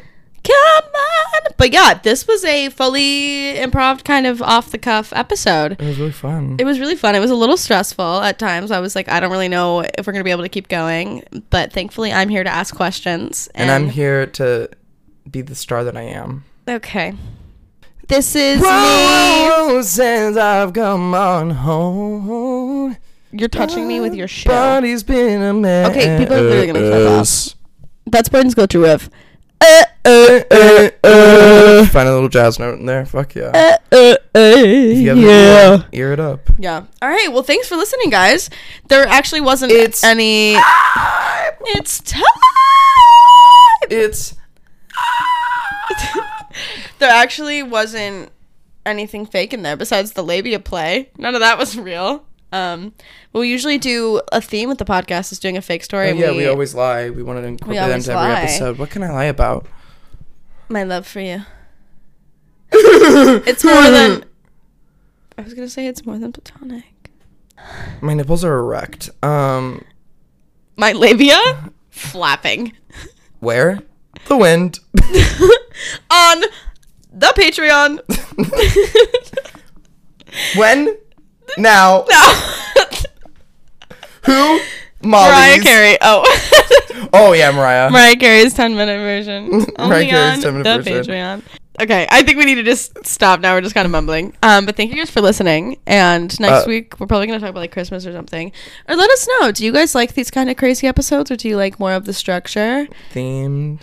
Speaker 1: Come on! But yeah, this was a fully improv kind of off the cuff episode.
Speaker 2: It was really fun.
Speaker 1: It was really fun. It was a little stressful at times. I was like, I don't really know if we're going to be able to keep going. But thankfully, I'm here to ask questions.
Speaker 2: and I'm here to be the star that I am.
Speaker 1: Okay. This is me.
Speaker 2: Oh, since I've come on home,
Speaker 1: You're touching me with your shit.
Speaker 2: body's been a mess.
Speaker 1: Okay, people are literally gonna flip That's Britain's go to riff. Uh, uh,
Speaker 2: Uh, uh, Find a little jazz note in there. Fuck yeah.
Speaker 1: uh, uh, uh,
Speaker 2: If you have
Speaker 1: yeah.
Speaker 2: an ear, ear it up.
Speaker 1: Yeah. All right. Well, thanks for listening, guys. There actually wasn't
Speaker 2: It's-
Speaker 1: any. It's time.
Speaker 2: It's
Speaker 1: there actually wasn't anything fake in there besides the labia play. None of that was real. Um, we usually do a theme with the podcast is doing a fake story.
Speaker 2: oh,
Speaker 1: and
Speaker 2: yeah. We always lie. We wanted to incorporate that
Speaker 1: always
Speaker 2: into every
Speaker 1: lie.
Speaker 2: episode. What can I lie about?
Speaker 1: my love for you. it's more than. I was gonna say it's more than platonic.
Speaker 2: My nipples are erect. Um,
Speaker 1: My labia flapping.
Speaker 2: where? The wind.
Speaker 1: on the Patreon.
Speaker 2: when? Now. Who?
Speaker 1: Mariah
Speaker 2: Molly's.
Speaker 1: Carey. Oh.
Speaker 2: Oh yeah, Mariah.
Speaker 1: Mariah Carey's 10 minute version.
Speaker 2: Mariah
Speaker 1: Only
Speaker 2: Carey's
Speaker 1: on
Speaker 2: 10 minute
Speaker 1: the
Speaker 2: version.
Speaker 1: Patreon. Okay, I think we need to just stop now. We're just kind of mumbling. Um, but thank you guys for listening. And next
Speaker 2: Uh,
Speaker 1: week, we're probably going to talk about like Christmas or something. Or let us know. Do you guys like these kind of crazy episodes or do you like more of the structure?
Speaker 2: themed.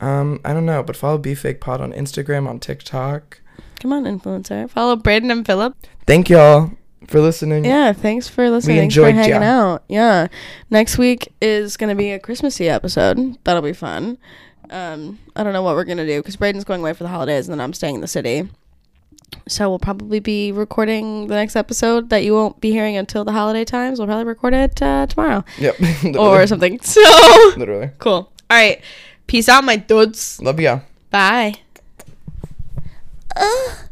Speaker 2: Um, I don't know, but follow Be Fake Pod on Instagram, on TikTok.
Speaker 1: Come on, influencer. Follow Braden and Philip.
Speaker 2: Thank y'all for listening.
Speaker 1: Yeah, thanks for listening.
Speaker 2: We
Speaker 1: thanks for
Speaker 2: enjoyed
Speaker 1: hanging
Speaker 2: ya.
Speaker 1: out. Yeah. Next week is going to be a Christmassy episode. That'll be fun. Um, I don't know what we're going to do because Braden's going away for the holidays and then I'm staying in the city. So we'll probably be recording the next episode that you won't be hearing until the holiday times. We'll probably record it uh, tomorrow
Speaker 2: Yep. literally.
Speaker 1: or something. So
Speaker 2: literally.
Speaker 1: cool. All right. Peace out, my dudes.
Speaker 2: Love y'all.
Speaker 1: Bye. Ugh.